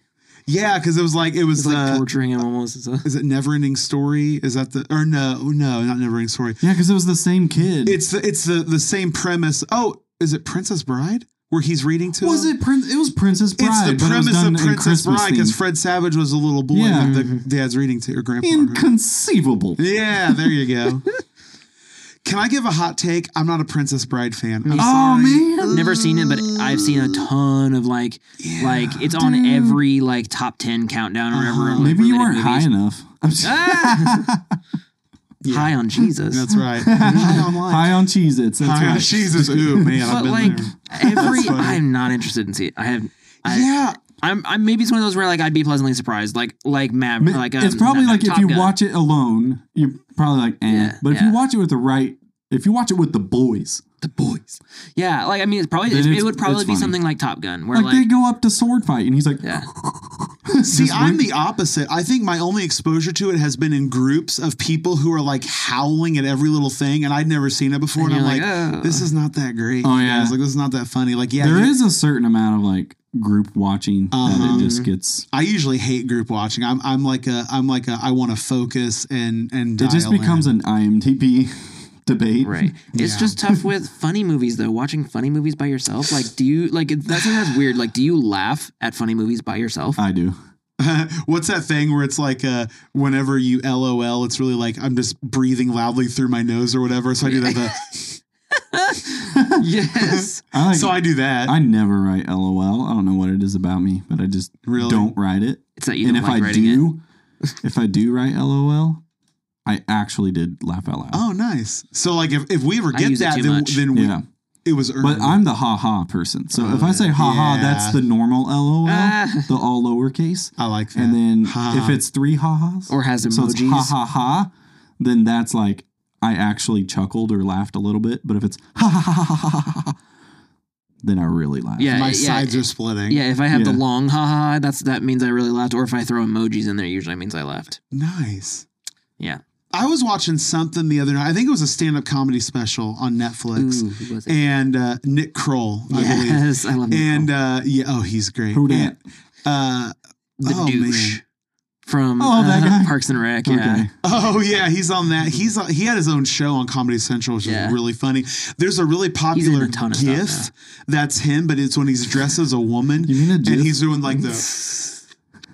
S3: Yeah, because it was like, it was,
S2: It's like
S3: uh,
S2: torturing him almost. It's a-
S3: is it Never Ending Story? Is that the, or no, no, not Never Ending Story.
S1: Yeah, because it was the same kid.
S3: It's the, it's the, the same premise. Oh, is it Princess Bride? Where he's reading to
S1: was
S3: him?
S1: it Prince? It was Princess Bride.
S3: It's
S1: but
S3: the
S1: it was
S3: premise
S1: done
S3: of
S1: in
S3: Princess
S1: Christmas
S3: Bride because
S1: theme.
S3: Fred Savage was a little boy
S1: Yeah.
S3: that the dad's reading to your grandpa.
S1: inconceivable.
S3: yeah, there you go. Can I give a hot take? I'm not a Princess Bride fan. I'm
S1: Oh
S3: sorry.
S1: man,
S2: Never seen it, but I've seen a ton of like, like it's on
S1: Dude.
S2: every like top ten countdown or whatever.
S3: Uh-huh.
S2: of, like,
S1: maybe you
S2: related
S1: weren't high
S2: movies.
S1: enough. I'm just-
S2: Ah!
S3: Yeah.
S2: High on Jesus.
S3: That's right. High on life.
S1: high on Cheez Its. That's
S3: High on
S1: right.
S3: Jesus. Ooh man, I've
S2: but
S3: been
S2: like
S3: there.
S2: every,
S3: funny.
S2: I'm not interested in see. I have I,
S3: yeah,
S2: I'm, I'm maybe it's one of those where like I'd be pleasantly surprised, like like Mav,
S1: Ma-
S2: like um,
S1: it's probably
S2: not-
S1: like if
S2: Top
S1: you
S2: Gun.
S1: watch it alone, you're probably like, eh.
S2: Yeah,
S1: but if
S2: yeah.
S1: you watch it with the right, if you watch it with the boys,
S2: the boys. Yeah, like I mean, it's probably
S1: Then
S2: it's,
S1: it's-
S2: it would probably
S1: it's
S2: be
S1: funny.
S2: something like Top Gun, where
S1: like,
S2: like,
S1: they go up to sword fight, and he's like,
S2: yeah,
S3: See,
S1: Just
S3: I'm
S1: went-
S3: the opposite. I think my only exposure to it has been in groups of people who are like howling at every little thing, and I'd never seen it before.
S2: And
S3: And, I'm
S2: you're
S3: like,
S2: like, "Oh."
S3: this is not that great.
S1: Oh,
S3: you
S1: yeah.
S3: guys. like this is not that funny. Like, yeah,
S1: there
S3: you-
S1: is a certain amount of like group watching that
S3: Uh-huh.
S1: it just gets.
S3: I usually hate group watching. I'm, I'm like a, I'm like a, I want to focus and and
S1: It just
S3: dial in.
S1: becomes an IMTP debate.
S2: right. It's
S3: Yeah.
S2: just tough with funny movies though. Watching funny movies by yourself, like, do you like it- that's something that's weird. Like, do you laugh at funny movies by yourself?
S1: I do.
S3: What's that thing where it's like uh, whenever you LOL, it's really like I'm just breathing loudly through my nose or whatever. So I do that. the-
S2: yes.
S1: I like.
S3: so I do that.
S1: I never write LOL. I don't know what it is about me, but I just
S3: Really?
S1: don't write it.
S2: It's that you
S1: and
S2: don't
S1: if
S2: like
S1: I
S2: writing it.
S1: do, if I do write LOL, I actually did laugh out loud.
S3: oh, nice. So like if, if we ever
S2: I
S3: get
S2: use it
S3: that,
S2: too
S3: then,
S2: much.
S3: then we,
S1: yeah.
S3: it was earned.
S1: But I'm the ha ha person. So if I say ha ha,
S3: Mm-hmm. Uh, Yeah.
S1: that's the normal LOL,
S2: Ah.
S1: the all lowercase.
S3: I like that.
S1: And then
S3: Ha.
S1: if it's three ha ha's
S2: Or has
S1: so it's
S2: emojis.
S1: ha ha ha, then that's like I actually chuckled or laughed a little bit. But if it's ha ha ha ha ha ha, ha, ha, then I really laugh.
S2: Yeah,
S3: my
S2: yeah,
S3: sides
S2: it-
S3: are splitting.
S2: Yeah, if I have the
S1: Yeah.
S2: long haha, that's that means I really laughed. Or if I throw emojis in there, it usually means I laughed.
S3: Nice.
S2: Yeah.
S3: I was watching something the other night. I think it was a stand-up comedy special on Netflix,
S2: Ooh, who was it?
S3: and uh, Nick Kroll, I believe.
S2: yes, I love Nick
S3: And
S2: Kroll.
S3: uh, yeah, oh, he's great.
S1: Who
S3: And,
S1: that?
S3: uh,
S2: the
S3: oh,
S2: douche
S3: man.
S2: from
S1: Oh, that
S2: uh,
S1: guy.
S2: Parks and Rec. Yeah.
S1: Okay.
S3: Oh yeah, he's on that. He's on, he had his own show on Comedy Central, which
S2: Yeah.
S3: is really funny. There's a really popular
S2: a ton of stuff
S3: GIF that's him, but it's when he's dressed as a woman
S1: You mean a
S3: and
S1: GIF?
S3: he's doing like the.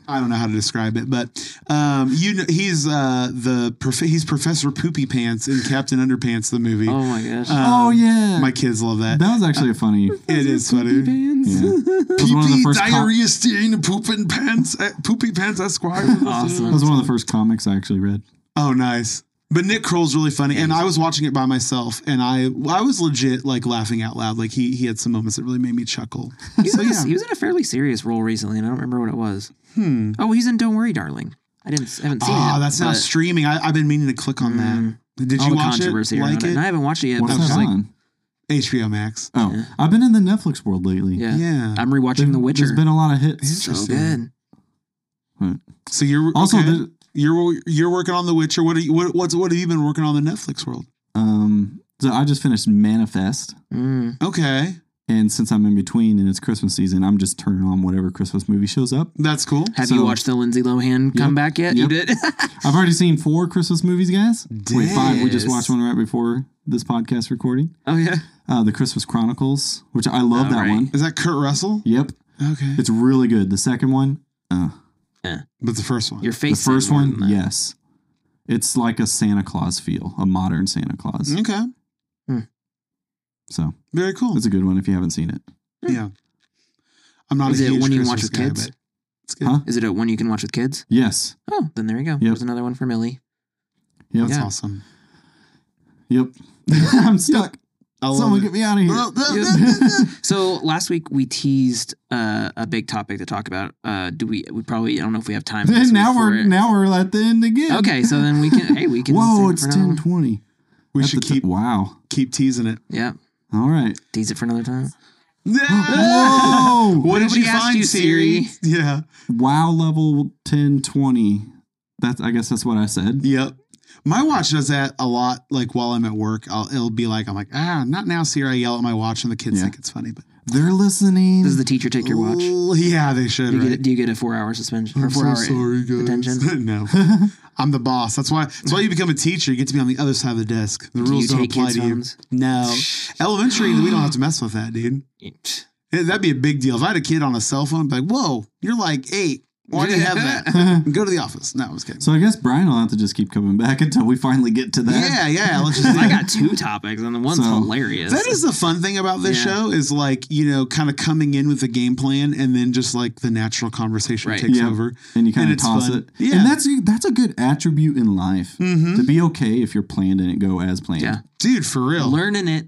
S3: I don't know how to describe it, but um, you know he's uh, the prof- he's Professor Poopy Pants in Captain Underpants the movie.
S2: Oh my gosh.
S1: oh yeah.
S3: Um, My kids love that.
S1: that was actually a funny.
S3: it is funny.
S1: Yeah. It was one of the
S3: Pee-pee,
S1: first com-
S3: diarrhea stealing pooping pants, uh, poopy pants Esquire.
S1: that was one of the first comics I actually read.
S3: Oh, nice. But Nick Kroll's really funny, and I was watching it by myself, and I I was legit like laughing out loud. Like he he had some moments that really made me chuckle.
S2: He was,
S3: So
S2: in a-
S3: yeah,
S2: he was in a fairly serious role recently, and I don't remember what it was.
S3: hmm.
S2: Oh, he's in Don't Worry, Darling. I didn't I haven't seen
S3: Ah,
S1: Oh,
S2: it.
S3: that's now
S2: but
S3: streaming. I, I've been meaning to click on
S2: Mm.
S3: that. Did
S2: all
S3: you
S2: the
S3: watch it?
S2: controversy around
S3: Like
S2: it. And I
S3: it?
S2: haven't watched it yet.
S1: What's
S2: but I was
S1: that
S2: just like,
S1: on?
S3: HBO Max.
S1: Oh,
S2: Yeah.
S1: I've been in the Netflix world lately.
S2: yeah.
S3: Yeah.
S2: I'm rewatching The Witcher.
S1: There's been a lot of hits.
S2: so
S3: Interesting.
S2: good.
S3: So you're
S1: Also,
S3: okay.
S1: there-
S3: you're you're working on The Witcher. What are you what what's, what have you been working on in the Netflix world?
S1: um, so I just finished Manifest,
S2: Mm.
S3: Okay,
S1: and since I'm in between and it's Christmas season, I'm just turning on whatever Christmas movie shows up.
S3: that's cool.
S2: Have you
S1: So-
S2: watched the Lindsay Lohan
S1: Yep.
S2: comeback yet? You did.
S1: I've already seen four Christmas movies, guys. Wait, five. We just
S2: Yes.
S1: watched one right before this podcast recording.
S2: oh yeah.
S1: Uh, the Christmas Chronicles, which I love
S2: Oh,
S1: that
S2: right.
S1: one.
S3: Is that Kurt Russell?
S1: Yep,
S3: Okay,
S1: it's really good. The second one, uh,
S3: but the first one.
S2: Your
S1: the
S2: face.
S1: first
S2: said more than
S1: one,
S2: that.
S1: yes, it's like a Santa Claus feel, a modern Santa Claus.
S3: okay,
S1: So
S3: very cool.
S1: it's a good one if you haven't seen it.
S3: Yeah. I'm not
S2: Hmm. Is
S3: a
S2: it
S3: huge
S2: one you can
S3: Christmas
S2: watch with
S3: guy,
S2: kids?
S3: but It's good.
S1: Huh?
S2: Is it a one you can watch with kids?
S1: Yes.
S2: Oh, then there you go. There's another one for Millie.
S1: Yep.
S3: That's
S2: Yeah.
S3: awesome.
S1: Yep. I'm stuck.
S3: I love
S1: Someone
S3: it.
S1: get me out of here.
S2: So last week we teased uh, a big topic to talk about. Uh, do we? We probably. I don't know if we have time. this
S1: then
S2: week
S1: now
S2: for
S1: we're
S2: it.
S1: now we're at the end again.
S2: Okay, so then we can. Hey, we can. save
S1: Whoa,
S2: it
S1: it's
S2: for another
S1: ten
S2: one.
S1: twenty.
S3: we should keep
S1: wow.
S3: keep teasing it.
S2: Yeah,
S1: All right.
S2: tease it for another time.
S1: Whoa.
S3: what did
S2: Nobody
S3: you
S2: asked
S3: find,
S2: you,
S3: Siri?
S2: Siri.
S3: Yeah.
S1: wow level ten twenty. That's I guess that's what I said.
S3: Yep. My watch does that a lot. Like while I'm at work, I'll, it'll be like, I'm like, ah, not now, Siri. I yell at my watch, and the kids
S1: Yeah.
S3: think it's funny. But
S1: They're listening.
S2: Does the teacher take your watch? Do
S3: L- yeah, they should.
S2: you,
S3: right?
S2: get, do you get a four-hour suspension or
S3: I'm so
S2: four-hour
S3: sorry, guys.
S2: detention?
S3: no, I'm the boss. That's why. That's why you become a teacher. You get to be on the other side of the desk. The
S2: Do you
S3: rules don't
S2: take
S3: apply
S2: kids'
S3: to you.
S2: phones?
S3: No, elementary. we don't have to mess with that, dude. Yeah, that'd be a big deal. If I had a kid on a cell phone, I'd be like, whoa, you're like eight. Why do you have that? Go to the office. No, I was kidding.
S1: so I guess Brian will have to just keep coming back until we finally get to that.
S3: Yeah, yeah. Let's just
S2: I got two topics, and the one's
S1: So-
S2: hilarious.
S3: That is the fun thing about this
S2: Yeah.
S3: show is like, you know, kind of coming in with a game plan and then just like the natural conversation
S2: Right.
S3: takes
S1: Yeah.
S3: over.
S1: And you kind of
S3: And it's
S1: toss
S3: fun.
S1: it.
S3: Yeah. Mm-hmm.
S1: And that's that's a good attribute in
S2: Mm-hmm.
S1: life. To be okay if you're planned and it go as planned.
S2: Yeah.
S3: Dude, for real.
S2: learning it.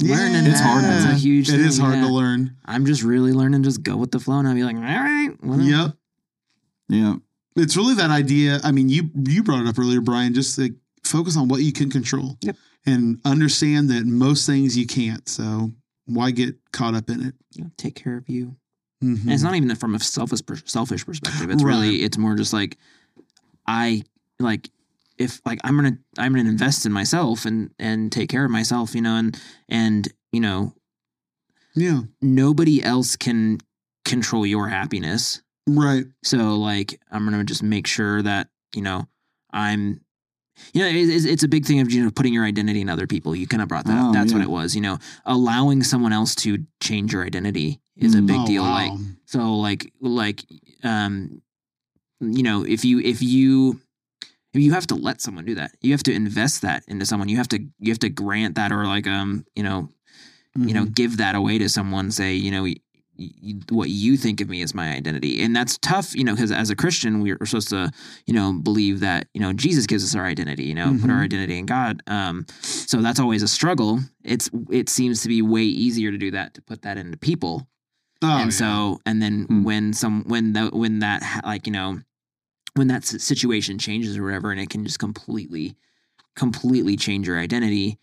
S2: Learning
S1: It's hard
S2: That's
S1: to
S2: a
S1: learn.
S2: huge
S3: It
S2: thing.
S3: is hard
S2: yeah.
S3: to learn.
S2: I'm just really learning, just go with the flow, and I'll be like, all right, well,
S3: Yep.
S1: Yeah.
S3: It's really that idea. I mean, you you brought it up earlier, Brian. Just like focus on what you can control.
S2: Yep.
S3: And understand that most things you can't. So why get caught up in it?
S2: I'll take care of you.
S3: Mhm.
S2: And it's not even from a selfish per- selfish perspective. It's
S3: Right.
S2: really it's more just like I like if like I'm gonna I'm gonna invest in myself and and take care of myself, you know, and and you know
S3: yeah.
S2: nobody else can control your happiness.
S3: Right.
S2: So like I'm gonna just make sure that you know I'm. You know, it- it's, it's a big thing of you know putting your identity in other people. You kind of brought that. up.
S1: Oh,
S2: That's what
S1: yeah.
S2: it was. You know, allowing someone else to change your identity is a
S1: Mm.
S2: big
S3: Oh,
S2: deal.
S3: wow.
S2: Like so like like um you know, if you if you if you have to let someone do that. You have to invest that into someone. You have to you have to grant that or like um, you know, you know,
S3: Mhm.
S2: give that away to someone say, you know, y y what you think of me is my identity. And that's tough, you know, cuz as a Christian, we're supposed to, you know, believe that, you know, Jesus gives us our identity, you know, put our
S3: Mhm.
S2: identity in God. Um so that's always a struggle. It's it seems to be way easier to do that to put that into people
S3: Oh,
S2: and
S3: yeah.
S2: so and then
S1: Hmm.
S2: when some when the when that ha- like you know when that s- situation changes or whatever and it can just completely completely change your identity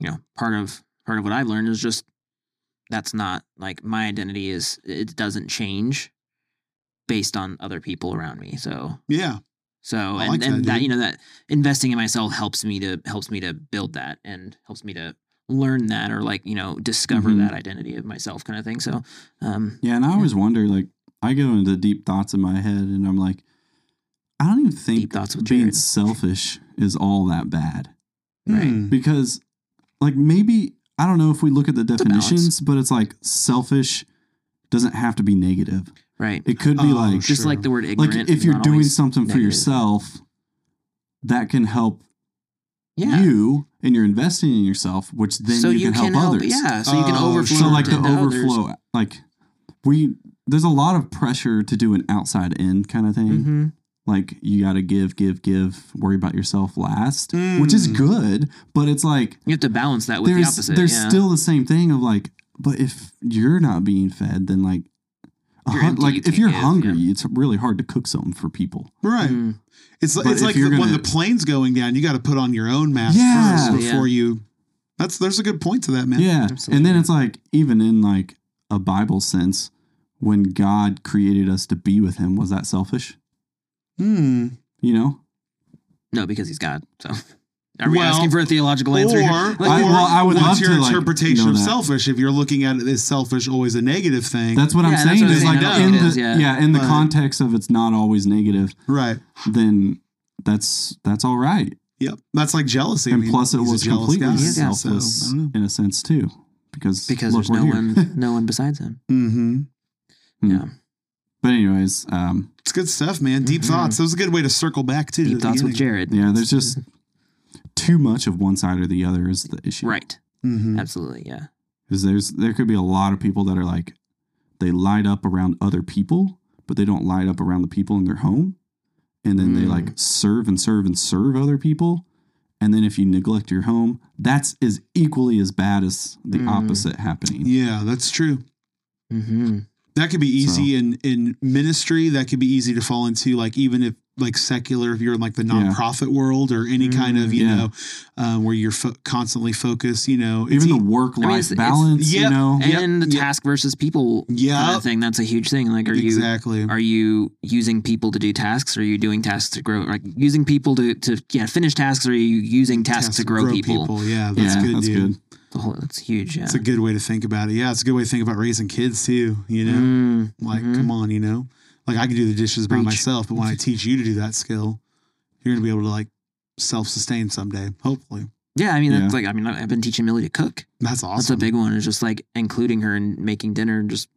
S2: you know part of part of what i've learned is just that's not like my identity is it doesn't change based on other people around me so
S3: yeah.
S2: so
S3: Oh, I
S2: and,
S3: like that
S2: and that
S3: idea.
S2: you know that investing in myself helps me to helps me to build that and helps me to learn that or like you know discover
S3: Mm-hmm.
S1: Mhm.
S2: that identity of myself kind of thing so um
S1: Yeah, and I always wonder, like, I go into deep thoughts in my head, and I'm like, I don't even think
S2: Deep thoughts with
S1: being
S2: Jared.
S1: selfish is all that bad
S2: Right.
S3: Hmm.
S1: because, like, maybe I don't know if we look at the
S2: a balance.
S1: definitions, but it's like selfish doesn't have to be negative.
S2: right
S1: It could be
S3: Oh,
S1: like
S2: just
S3: Sure.
S2: like the word ignorant
S1: like if
S2: is
S1: you're
S2: not
S1: doing
S2: always-
S1: something for
S2: negative.
S1: yourself that can help
S2: yeah
S1: you and you're investing in yourself which then
S2: so
S1: you, can, help, others
S2: yeah so you can
S3: Oh,
S2: overflow
S3: sure.
S1: so like the
S2: into others.
S1: overflow like we there's a lot of pressure to do an outside in kind of thing
S2: Mhm.
S1: like you got to give give give worry about yourself last which is good but it's like
S2: you have to balance that Mm. with the
S1: there's
S2: opposite
S1: there's
S2: yeah.
S1: still the same thing of like but if you're not being fed then like a
S2: You're
S1: hun-
S2: empty,
S1: like
S2: you
S1: if
S2: can't
S1: you're
S2: give,
S1: hungry
S2: yeah.
S1: it's really hard to cook something for people
S3: Right.
S2: Mm.
S3: It's like
S1: But
S3: it's
S1: if
S3: like
S1: you're
S3: the, when
S1: gonna-
S3: the plane's going down, you got to put on your own mask
S1: Yeah.
S3: first
S2: Yeah.
S3: before you. That's there's a good point to that, man.
S1: Yeah.
S2: Absolutely.
S1: And then it's like, even in like a Bible sense, when God created us to be with him, was that selfish?
S3: Hmm.
S1: You know?
S2: no because he's god so are we
S3: Well,
S2: asking for a theological
S3: Or,
S2: answer here?
S3: or
S1: I- well, I would
S3: what's
S1: love
S3: your
S1: to, like,
S3: interpretation
S1: know
S3: of
S1: that.
S3: selfish? If you're looking at it as selfish, always a negative thing,
S1: That's what
S2: Yeah,
S1: I'm
S2: that's
S1: saying
S2: what I'm
S1: is
S2: saying.
S1: like
S3: No,
S1: in
S2: it
S1: the
S2: is, yeah.
S1: yeah, in the
S3: But-
S1: context of it's not always negative,
S3: right?
S1: then that's that's all right.
S3: Yep. That's like jealousy. I
S1: And
S3: mean,
S1: plus it
S3: he's a
S1: was
S3: jealous
S1: completely
S3: guy,
S2: Yeah.
S1: selfless
S3: So, I don't
S1: in a sense too. Because,
S2: because
S1: look,
S2: there's
S1: we're
S2: no
S1: here.
S2: one no one besides him
S3: know. Mm-hmm.
S1: Hmm.
S2: yeah
S1: But anyways, um
S3: It's good stuff, man. Deep
S1: Mm-hmm.
S2: Mhm.
S3: thoughts. That was a good way to circle back to
S2: deep
S3: the
S2: thoughts with
S3: beginning.
S2: jared Mm-hmm.
S1: yeah, there's just too much of one side or the other is the issue.
S2: right
S1: Mm-hmm.
S3: Mhm.
S2: absolutely yeah
S1: Because there's there could be a lot of people that are like they light up around other people, but they don't light up around the people in their home. And then they
S2: Mm.
S1: like serve and serve and serve other people. And then if you neglect your home, that's as equally as bad as the
S2: Mm.
S1: opposite happening.
S3: Yeah, that's true.
S2: hmm
S3: That could be easy in in ministry. That could be easy to fall into, like even if like secular, if you're in like the
S1: Yeah. Mm,
S3: nonprofit world or any kind of you
S1: Yeah.
S3: know um, where you're fo- constantly focused. You know,
S1: Even the
S3: e-
S1: work life
S2: I mean, it's- it's-
S1: balance, you
S3: yep.
S1: know.
S3: Yep,
S2: and the
S3: yep.
S2: task versus people kind
S3: e-, yeah,
S2: of thing that's a huge thing like are you
S3: exactly.
S2: are you using people to do tasks? Are you doing tasks to grow? Like using people to, to yeah, finish tasks? Or are you using tasks,
S3: Task
S2: to grow, people?
S3: Yeah, that's
S1: yeah,
S3: good.
S1: that's
S3: dude.
S1: good.
S2: The whole, that's huge. Yeah.
S3: It's a good way to think about it. Yeah, it's a good way to think about raising kids too. You know,
S2: Mm,
S3: like
S2: mhm.
S3: come on, you know, like I can do the dishes by
S2: Preach.
S3: myself, but when I teach you to do that skill, you're gonna be able to like self sustain someday. Hopefully,
S2: Yeah, I mean that's
S1: Yeah.
S2: like I mean I- I've been teaching Millie to cook.
S3: that's awesome.
S2: That's a big one. Is just like including her and making dinner and just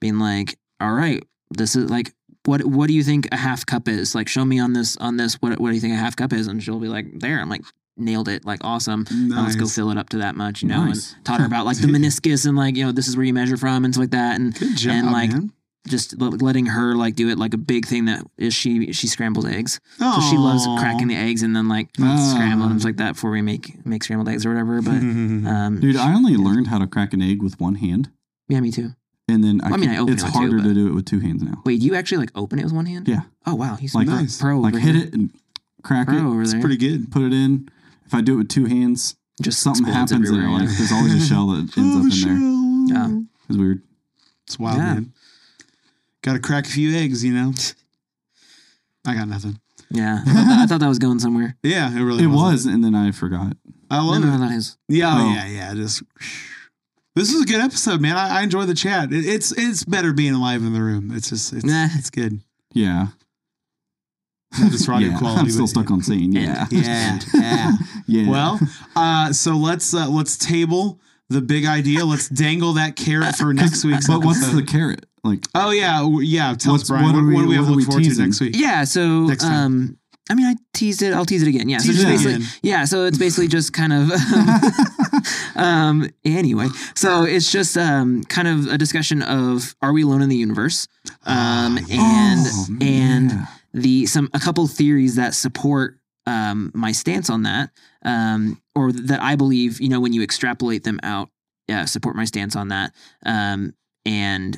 S2: being like, all right, this is like what what do you think a half cup is? Like show me on this on this what what do you think a half cup is? And she'll be like, there. I'm like nailed it. Like awesome. Now let's go
S3: Nice.
S2: fill it up to that much, you know.
S1: Nice.
S2: And taught her about like the meniscus and like you know this is where you measure from and stuff like that. And
S3: Good job,
S2: and, like,
S3: man.
S2: just l- letting her like do it like a big thing that is she she scrambles eggs. So
S3: Oh,
S2: she loves cracking the eggs and then like
S1: Ah.
S2: scrambling them like that before we make make scrambled eggs or whatever. But
S1: Hmm.
S2: um,
S1: Dude, I only learned how to crack an egg with one hand,
S2: yeah, me too.
S1: and then I,
S2: I mean,
S1: can-
S2: I open
S1: it's
S2: it with two,
S1: harder to
S2: but-
S1: do it with two hands now.
S2: Wait, you actually like open it with one hand?
S1: Yeah,
S2: Oh wow, he's
S1: like
S3: Nice.
S2: pro.
S1: like
S2: over
S1: hit
S2: here.
S1: it and crack
S2: Pro
S1: it,
S2: over
S3: It's
S2: there.
S3: pretty good.
S1: put it in. If I do it with two hands,
S2: Just
S1: something
S2: explodes
S1: happens in it.
S2: everywhere,
S1: Like
S2: yeah.
S1: there's always a shell that ends
S3: Oh,
S1: up
S3: the
S1: in there.
S3: shell.
S2: Yeah.
S1: It's weird.
S3: It's wild,
S2: Yeah.
S3: man. Got to crack a few eggs, you know. I got nothing.
S2: Yeah, I thought, that, I thought that was going somewhere.
S3: Yeah, it really
S1: It
S3: wasn't.
S1: was, and then I forgot.
S3: I
S2: No,
S3: love
S2: no,
S3: it.
S2: that is.
S3: Yeah,
S1: Oh.
S3: yeah, yeah. Just this is a good episode, man. I, I enjoy the chat. It, it's it's better being alive in the room. It's just it's,
S2: Nah.
S3: it's good.
S1: Yeah,
S3: It's radio
S1: yeah.
S3: quality.
S1: I'm still
S3: but-
S1: stuck on saying yeah,
S2: Yeah.
S3: Yeah, yeah.
S1: yeah.
S3: Well, uh, so let's uh, let's table the big idea. Let's dangle that carrot for next week's.
S1: but what's
S3: episode.
S1: the carrot? Like,
S3: Oh yeah, w- yeah. Tell us,
S1: What's-
S3: Brian. What,
S1: what are
S3: what do
S1: we-
S3: we have
S1: what
S3: to
S1: are
S3: look
S1: we
S3: forward to
S1: teasing?
S3: next week?
S2: Yeah, so
S3: Next time.
S2: um, I mean, I teased it. I'll tease it again. Yeah, so
S3: Tease
S2: just
S1: it
S2: basically,
S3: again.
S2: yeah. So it's basically just kind of. um. Anyway, so it's just um kind of a discussion of are we alone in the universe? Um.
S3: Ah,
S2: and
S1: yes. Oh,
S2: and
S1: yeah.
S2: the some a couple theories that support um my stance on that um or that I believe you know when you extrapolate them out yeah support my stance on that um and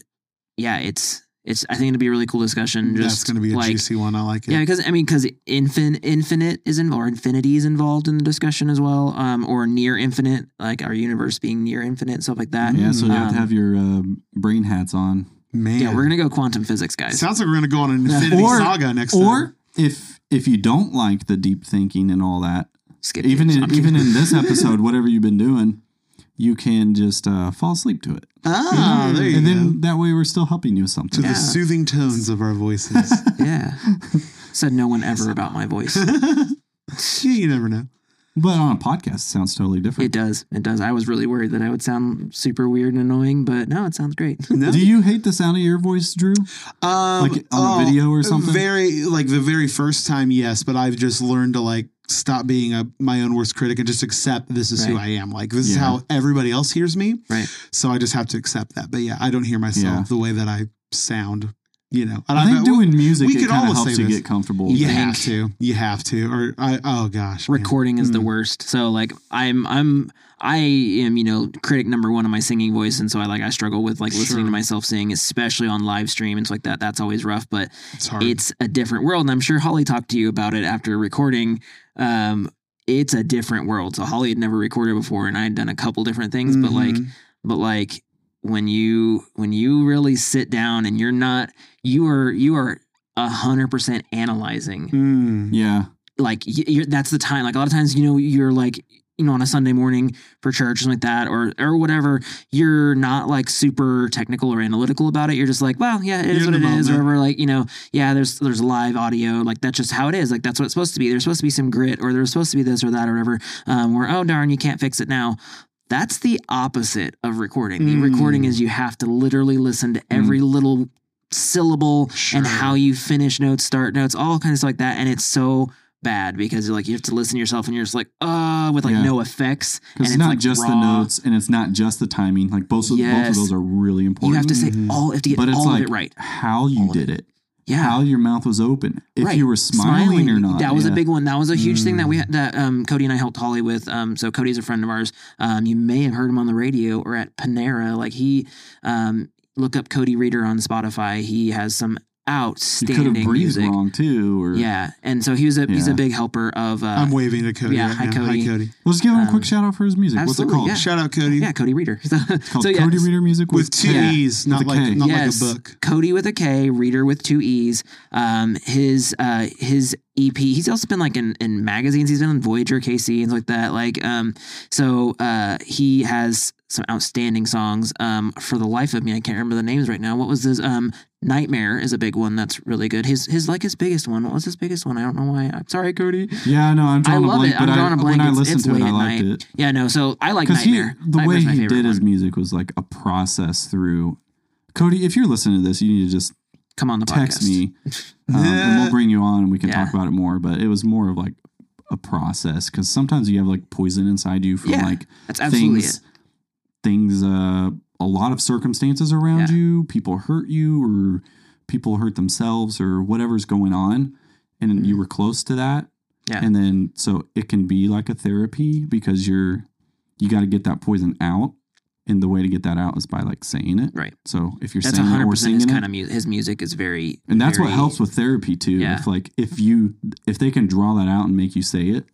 S2: yeah it's it's I think it'd be a really cool discussion just
S3: That's going to be a
S2: like
S3: juicy one. I like it.
S2: yeah, because I mean, because infin- infinite is involved, or infinity is involved in the discussion as well, um, or near infinite, like our universe being near infinite, stuff like that.
S1: yeah. So you have
S2: Um,
S1: to have your um, brain hats on.
S3: man.
S2: yeah, we're gonna go quantum physics, guys.
S3: Sounds like we're gonna go on an Infinity
S1: Or-
S3: Saga next. time.
S1: Or if if you don't like the deep thinking and all that,
S2: Skip
S1: even
S2: it.
S1: in,
S2: I'm
S1: even
S2: kidding.
S1: in this episode, whatever you've been doing, you can just uh, fall asleep to it,
S3: ah, there
S1: mm,
S3: you
S1: and
S3: go.
S1: then that way we're still helping you with
S3: to
S1: something.
S3: the
S2: Yeah.
S3: soothing tones of our voices.
S2: yeah, said no one ever about my voice.
S3: yeah, you never know.
S1: But on a podcast, it sounds totally
S2: It
S1: different.
S2: does, it does. I was really worried that I would sound super weird and annoying, but no, it sounds great.
S3: No.
S1: Do you hate the sound of your voice, Drew?
S3: Um,
S1: Like on a video or something?
S3: Very like the very first time, yes. But I've just learned to like stop being a my own worst critic and just accept this is who
S2: Right.
S3: I am. Like this is
S1: Yeah.
S3: how everybody else hears me.
S2: Right.
S3: So I just have to accept that. But yeah, I don't hear myself
S1: Yeah.
S3: the way that I sound. You know, and
S1: I think
S3: bet-
S1: doing music
S3: we
S1: it
S3: could
S1: kind
S3: all
S1: of helps
S3: say
S1: you
S3: this.
S1: get comfortable.
S3: you
S2: think-
S3: have to, you have to, or I oh gosh, man.
S2: recording is the
S3: Hmm.
S2: worst. So like I'm I'm I am you know critic number one of my singing voice, and so I like I struggle with like listening
S3: Sure.
S2: to myself sing, especially on live stream and stuff like that. That's always rough, but
S3: it's hard.
S2: it's a different world, and I'm sure Holly talked to you about it after recording. Um, it's a different world. So Holly had never recorded before, and I had done a couple different things, but like
S3: Mhm.
S2: but like when you when you really sit down and you're not you are you are a hundred percent analyzing
S3: Mm.
S1: Yeah,
S2: like y- you're, that's the time. Like a lot of times, you know, you're like you know on a Sunday morning for church, something like that, or or whatever. You're not like super technical or analytical about it. You're just like, well, yeah, it is
S3: You're
S2: what
S3: in
S2: it
S3: the
S2: is, or
S3: moment.
S2: whatever. Like you know, yeah, there's there's live audio, like that's just how it is. Like that's what it's supposed to be. There's supposed to be some grit, or there's supposed to be this or that, or whatever. Um, where oh darn, you can't fix it now. That's the opposite of recording. The
S3: Mm.
S2: recording is you have to literally listen to every little syllable
S3: Sure.
S2: and how you finish notes, start notes, all kinds of stuff like that. And it's so bad because like you have to listen to yourself and you're just like, uh, with like
S1: Yeah.
S2: no effects. And
S1: because it's not
S2: like
S1: just the
S2: raw.
S1: notes, and it's not just the timing. Like both of, both of
S2: Yes.
S1: those are really
S2: You
S1: important.
S2: have to say
S3: Mhm.
S2: all, have to get
S1: but it's
S2: all
S1: like
S2: of it right.
S1: how you
S2: All of
S1: did it,
S2: Yeah.
S1: how your mouth was open, if
S2: Right.
S1: you were smiling, or not.
S2: That was
S1: Yeah. Hmm.
S2: a big one. That was a huge thing that we
S3: Mm.
S2: that um, Cody and I helped Holly with. Um, so Cody's a friend of ours. Um, you may have heard him on the radio or at Panera. Like he, um, look up Cody Reader on Spotify. He has some
S1: You could have
S2: outstanding
S1: breathed
S2: music.
S1: wrong too, or
S2: Yeah, and so he was a he's
S1: Yeah.
S2: a big helper of uh,
S3: I'm waving to Cody.
S2: yeah,
S3: right
S2: hi,
S3: now.
S2: Cody.
S3: Hi, Cody.
S1: Let's give him a quick
S2: Um,
S1: shout out for his music. What's it
S2: absolutely,
S1: called?
S2: Yeah.
S3: Shout out, Cody.
S2: yeah Cody Reader. So,
S1: It's called
S2: so yeah,
S1: Cody Reader Music
S3: With two
S1: Yeah.
S3: E's, not
S1: With a
S3: like
S1: K.
S3: not
S2: Yes.
S3: like a book.
S2: Cody with a K, Reader with two E's. Um, his uh, his EP. He's also been like in, in magazines. He's been on Voyager, KC, and like that. Like um, so uh, he has some outstanding songs. Um, for the life of me, I can't remember the names right now. What was his um? Nightmare is a big one that's really good. His his like his biggest one. What was his biggest one? I don't know why. I'm sorry, Cody.
S1: Yeah, no, I'm
S2: I
S1: drawing a
S2: love
S1: blank,
S2: it.
S1: but
S2: I'm
S1: I,
S2: drawing a blank.
S1: when I
S2: It's-
S1: listened
S2: it's
S1: to it,
S2: late
S1: I
S2: at
S1: liked
S2: night.
S1: it
S2: Yeah, no. So I like
S1: because he
S2: Nightmare.
S1: the way
S2: Nightmare's my
S1: he
S2: favorite
S1: did his
S2: one.
S1: music was like a process through. Cody, if you're listening to this, you need to just
S2: come on the
S1: text
S2: podcast.
S1: me, um, and we'll bring you on, and we can
S2: Yeah.
S1: talk about it more. But it was more of like a process because sometimes you have like poison inside you from
S2: Yeah,
S1: like
S2: That's absolutely
S1: things,
S2: it.
S1: things uh, a lot of circumstances around
S2: Yeah.
S1: you. People hurt you, or people hurt themselves, or whatever's going on, and you were close to that.
S2: Mm-hmm. Yeah.
S1: And then so it can be like a therapy because you're you got to get that poison out, and the way to get that out is by like saying it.
S2: Right.
S1: So if you're
S2: That's
S1: saying it
S2: hundred
S1: or singing
S2: percent his
S1: it,
S2: kind of mu- his music is very
S1: and that's what
S2: very-
S1: helps with therapy too.
S2: Yeah.
S1: If like if you if they can draw that out and make you say it,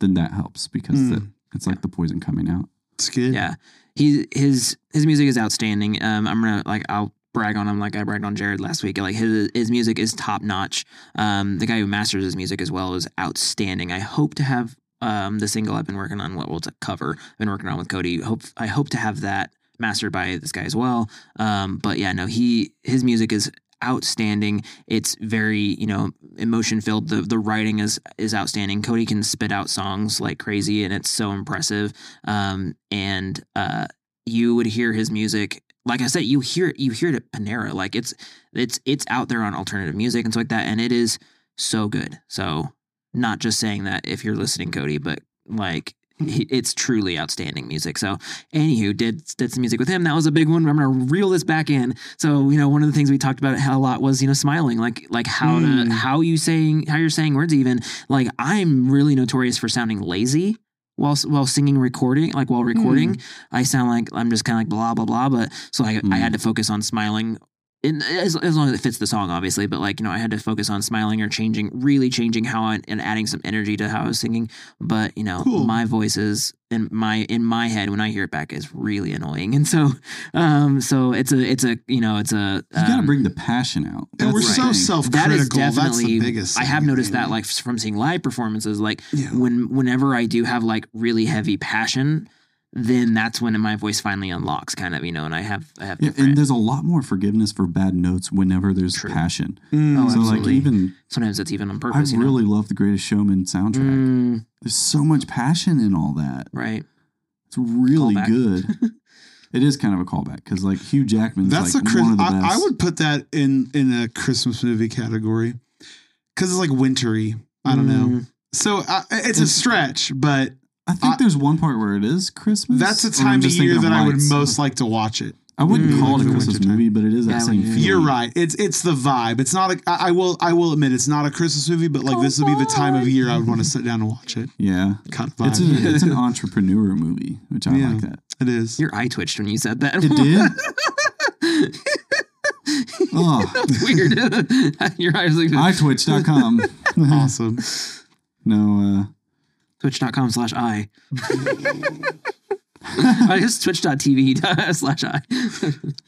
S1: then that helps because
S2: Hmm.
S3: Mm.
S1: the, it's like the poison coming out.
S3: It's good.
S2: Yeah, he his his music is outstanding. Um, I'm gonna like I'll brag on him like I bragged on Jared last week. Like his his music is top notch. Um, the guy who masters his music as well is outstanding. I hope to have um the single I've been working on. What well, it's a cover I've been working on with Cody. Hope I hope to have that mastered by this guy as well. Um, but yeah, no, he his music is outstanding. It's very you know emotion filled. The the writing is is outstanding. Cody can spit out songs like crazy, and it's so impressive. Um, and uh, you would hear his music. Like I said, you hear you hear it at Panera. Like it's it's it's out there on alternative music and stuff like that, and it is so good. So not just saying that if you're listening, Cody, but like. he- It's truly outstanding music. So, anywho, did did some music with him. That was a big one. I'm gonna reel this back in. So you know, one of the things we talked about a lot was you know smiling, like like how
S3: Mm.
S2: to how you saying how you're saying words. Even like I'm really notorious for sounding lazy while s- while singing recording, like while recording,
S3: Mm.
S2: I sound like I'm just kind of like blah blah blah. But so I I
S3: Mm.
S2: had to focus on smiling. And as, as long as it fits the song, obviously, but like, you know, I had to focus on smiling or changing, really changing how I, and adding some energy to how I was singing. But, you know,
S3: Cool.
S2: my voice is in my, in my head when I hear it back is really annoying. And so, um, so it's a, it's a, you know, it's a,
S1: You got to
S2: um,
S1: bring the passion out.
S3: And we're
S1: That's the
S3: so
S1: thing.
S2: that is
S3: self-critical. That's the
S2: definitely,
S3: biggest.
S2: I have
S3: thing,
S2: noticed
S3: man.
S2: that like Oh, from seeing live performances, like
S3: Yeah.
S2: when whenever I do have like really heavy passion, then that's when my voice finally unlocks, kind of, you know, and I have I have
S1: Yeah,
S2: different-
S1: and there's a lot more forgiveness for bad notes whenever there's
S2: True.
S1: passion.
S2: Oh,
S3: Mm.
S1: so like
S2: absolutely.
S1: even
S2: sometimes it's even on
S1: I
S2: purpose. you know?
S1: really love the Greatest Showman soundtrack.
S2: Mm,
S1: There's so much passion in all that.
S2: right.
S1: It's really
S2: Callback.
S1: good. it is kind of a callback because like Hugh Jackman's
S3: That's
S1: like
S3: a Chris.
S1: one of the
S3: I,
S1: best.
S3: I would put that in in a Christmas movie category because it's like wintry. I don't know.
S2: Mm,
S3: So I, it's a
S1: It's-
S3: stretch, but
S1: I think
S3: I-
S1: there's one part where it is Christmas.
S3: that's the
S1: or I'm
S3: time of
S1: just thinking
S3: year that I would
S1: lights.
S3: most like to watch it.
S1: I wouldn't
S2: Mm.
S1: call
S3: like
S1: it a
S3: the
S1: Christmas
S3: wintertime.
S1: movie, but it is
S2: Yeah,
S1: that same
S2: when
S1: feeling.
S3: You're right. It's it's the vibe. It's not a. I I will I will admit it's not a Christmas movie, but like this would be the time of year I would want to sit down and watch it.
S1: Yeah,
S3: Kind of vibe.
S1: it's, a, it's an entrepreneur movie, which I
S3: Yeah.
S1: like that.
S3: It is.
S2: Your eye twitched when you said that.
S1: It did. oh,
S2: That's weird. Your eyes like
S1: iTwitch.com.
S3: awesome.
S1: no, uh,
S2: twitch.com slash i. I guess twitch.tv slash i.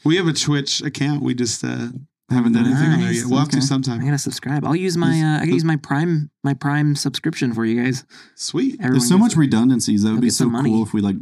S3: We have a Twitch account. We just uh,
S1: haven't done
S3: I think
S1: anything.
S3: on there yet. We'll have to
S1: Okay.
S2: I'm
S3: sometime.
S2: gonna subscribe. I'll use my uh, I can use my prime my prime subscription for you guys.
S3: Sweet.
S2: Everyone
S1: There's so
S2: gets
S1: much
S2: it.
S1: redundancies. That would
S2: They'll
S1: be
S2: get
S1: so
S2: some money.
S1: cool if we like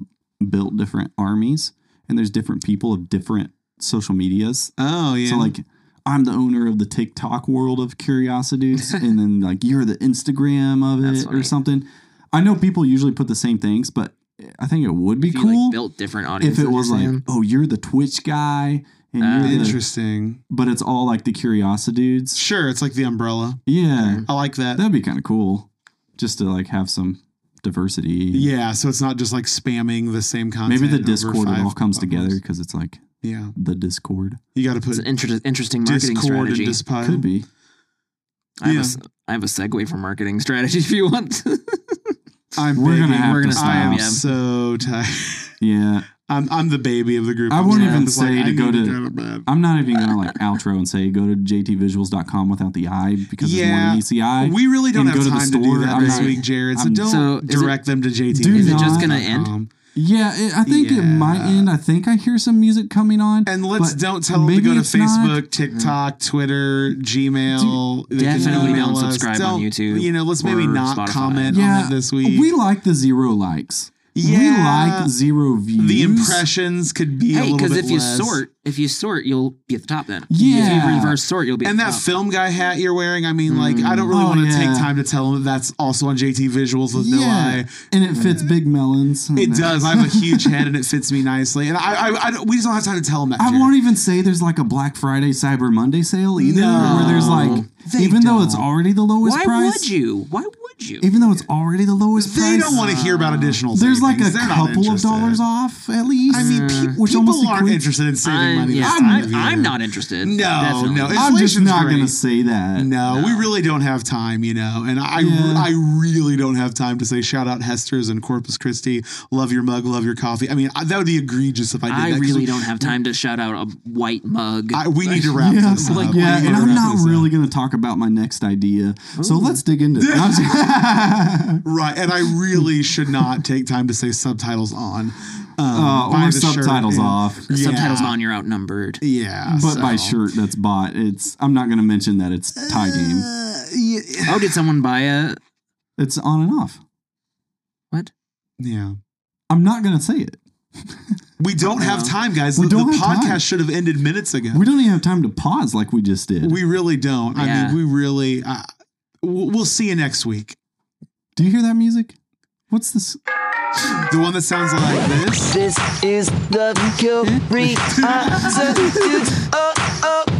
S1: built different armies and there's different people of different social medias.
S3: Oh yeah.
S1: So like I'm the owner of the TikTok world of Curiosities, and then like you're the Instagram of
S2: That's
S1: it
S2: funny.
S1: or something. I know people usually put the same things, but I think it would be
S2: If you, like,
S1: cool
S2: built different
S1: if
S2: audiences.
S1: it was
S2: you're
S1: like,
S2: saying?
S1: oh, you're the Twitch guy, and
S2: Ah.
S1: you're the,
S3: Interesting.
S1: but it's all like the Curiosities.
S3: Sure, it's like the umbrella.
S1: oh, Yeah,
S3: I like that.
S1: that'd be kind of cool, just to like have some diversity.
S3: Yeah, so it's not just like spamming the same content.
S1: Maybe the
S3: over
S1: Discord it
S3: five
S1: all comes together
S3: platforms.
S1: because it's like
S3: Yeah,
S1: the Discord.
S3: you got to
S2: it's
S3: put
S2: an inter- interesting marketing
S3: Discord and
S2: strategy.
S3: Dispile.
S1: Could be.
S2: I, have a
S3: yeah.
S2: s- I have a segue for marketing strategy if you want.
S3: I'm
S1: We're gonna
S3: begging.
S1: have
S2: we're
S1: to
S2: gonna-
S1: stop.
S3: I am
S2: yeah.
S3: so tired.
S1: Yeah,
S3: I'm I'm the baby of the group.
S1: I
S3: I'm
S1: won't
S3: tired.
S1: even
S3: It's like,
S1: say
S3: I
S1: to go
S3: need
S1: to-
S3: go bed.
S1: I'm not even gonna like outro and say go to jtvisuals.com without the i because
S3: Yeah.
S1: it's more than ECI.
S3: We really don't
S1: and
S3: have
S1: go to the
S3: time to do
S1: store.
S3: that
S1: I'm
S3: this
S2: not-
S3: week, Jared. So
S1: I'm-
S3: don't
S2: So is it-
S3: direct them to JT.
S1: Do Is it
S2: just gonna end?
S3: Um,
S1: yeah, it, I think it might
S3: Yeah.
S1: end. I think I hear some music coming on.
S3: And let's
S1: But
S3: don't tell them to
S1: maybe
S3: go to
S1: it's not- Mm-hmm.
S3: Facebook, TikTok, Twitter, Gmail. They can
S2: Definitely
S3: email
S2: don't
S3: us.
S2: subscribe on YouTube
S3: You know, let's maybe
S2: or
S3: not
S2: Spotify.
S3: comment on
S1: yeah,
S3: that this week.
S1: we like the zero likes. we like zero views.
S3: the impressions could be a
S2: hey,
S3: little bit
S2: because if you
S3: less.
S2: sort, if you sort, you'll be at the top then. If you
S1: Yeah.
S2: reverse sort, you'll be
S3: and
S2: at
S3: that
S2: the top.
S3: film guy hat you're wearing, I mean, like, I don't really
S1: Oh,
S3: want to
S1: yeah.
S3: take time to tell him that that's also on JT Visuals with no
S1: yeah,
S3: eye.
S1: and it fits big melons.
S3: It does. I have a huge head and it fits me nicely. And I, I, I don't- we just don't have time to tell him that.
S1: I
S3: Jared.
S1: won't even say there's like a Black Friday, Cyber Monday sale either,
S3: No,
S1: where there's like,
S3: they
S1: even though it's
S3: don't.
S1: already the lowest
S2: Why
S1: price.
S2: would you? Why would you.
S1: even though it's already the lowest
S3: They
S1: price.
S3: don't want to hear about additional.
S1: There's like a
S3: savings. They're not
S1: couple of
S3: interested.
S1: dollars off at least.
S3: I mean, pe-
S1: which
S3: people
S1: almost
S3: aren't
S1: equates-
S3: interested in saving
S2: I'm,
S3: money.
S2: yeah,
S3: this time
S2: I'm,
S3: of year.
S2: I'm not interested.
S3: No,
S2: Definitely.
S3: no, it's-
S1: I'm just
S3: inflation's
S1: not going
S3: great.
S1: to say that.
S3: No, we
S2: No.
S3: really don't have time, you know, and I
S1: Yeah.
S3: I really don't have time to say shout out Hester's and Corpus Christi. Love your mug, love your coffee. I mean, I, that would be egregious if I did
S2: I
S3: that. 'cause
S2: really
S3: we-
S2: don't have time to shout out a white mug.
S3: I, we need to wrap
S1: Yeah,
S3: this up.
S2: like,
S3: We
S2: yeah,
S3: need to
S1: and
S3: wrap
S1: I'm not
S3: this up.
S1: really going to talk about my next idea. So let's dig into it.
S3: right, and I really should not take time to say subtitles on. Um,
S1: uh,
S3: buy
S1: or
S3: the shirt
S1: subtitles
S3: and-
S1: off.
S2: The Subtitles
S3: Yeah.
S2: on, you're outnumbered.
S3: Yeah,
S1: But by
S2: So-
S1: shirt that's bought, it's I'm not going to mention that it's tie game.
S3: Uh, yeah,
S2: Oh, did someone buy a
S1: It's on and off.
S2: what?
S3: yeah.
S1: I'm not going to say it.
S3: We don't have
S2: No.
S3: time, guys.
S1: We
S3: the the
S1: don't have time.
S3: podcast should have ended minutes ago.
S1: We don't even have time to pause like we just did.
S3: We really don't. I
S2: Yeah.
S3: mean, we really. Uh, w- we'll see you next week.
S1: Do you hear that music? What's this?
S3: The one that sounds like this.
S4: This is the Curita. It's- oh, oh,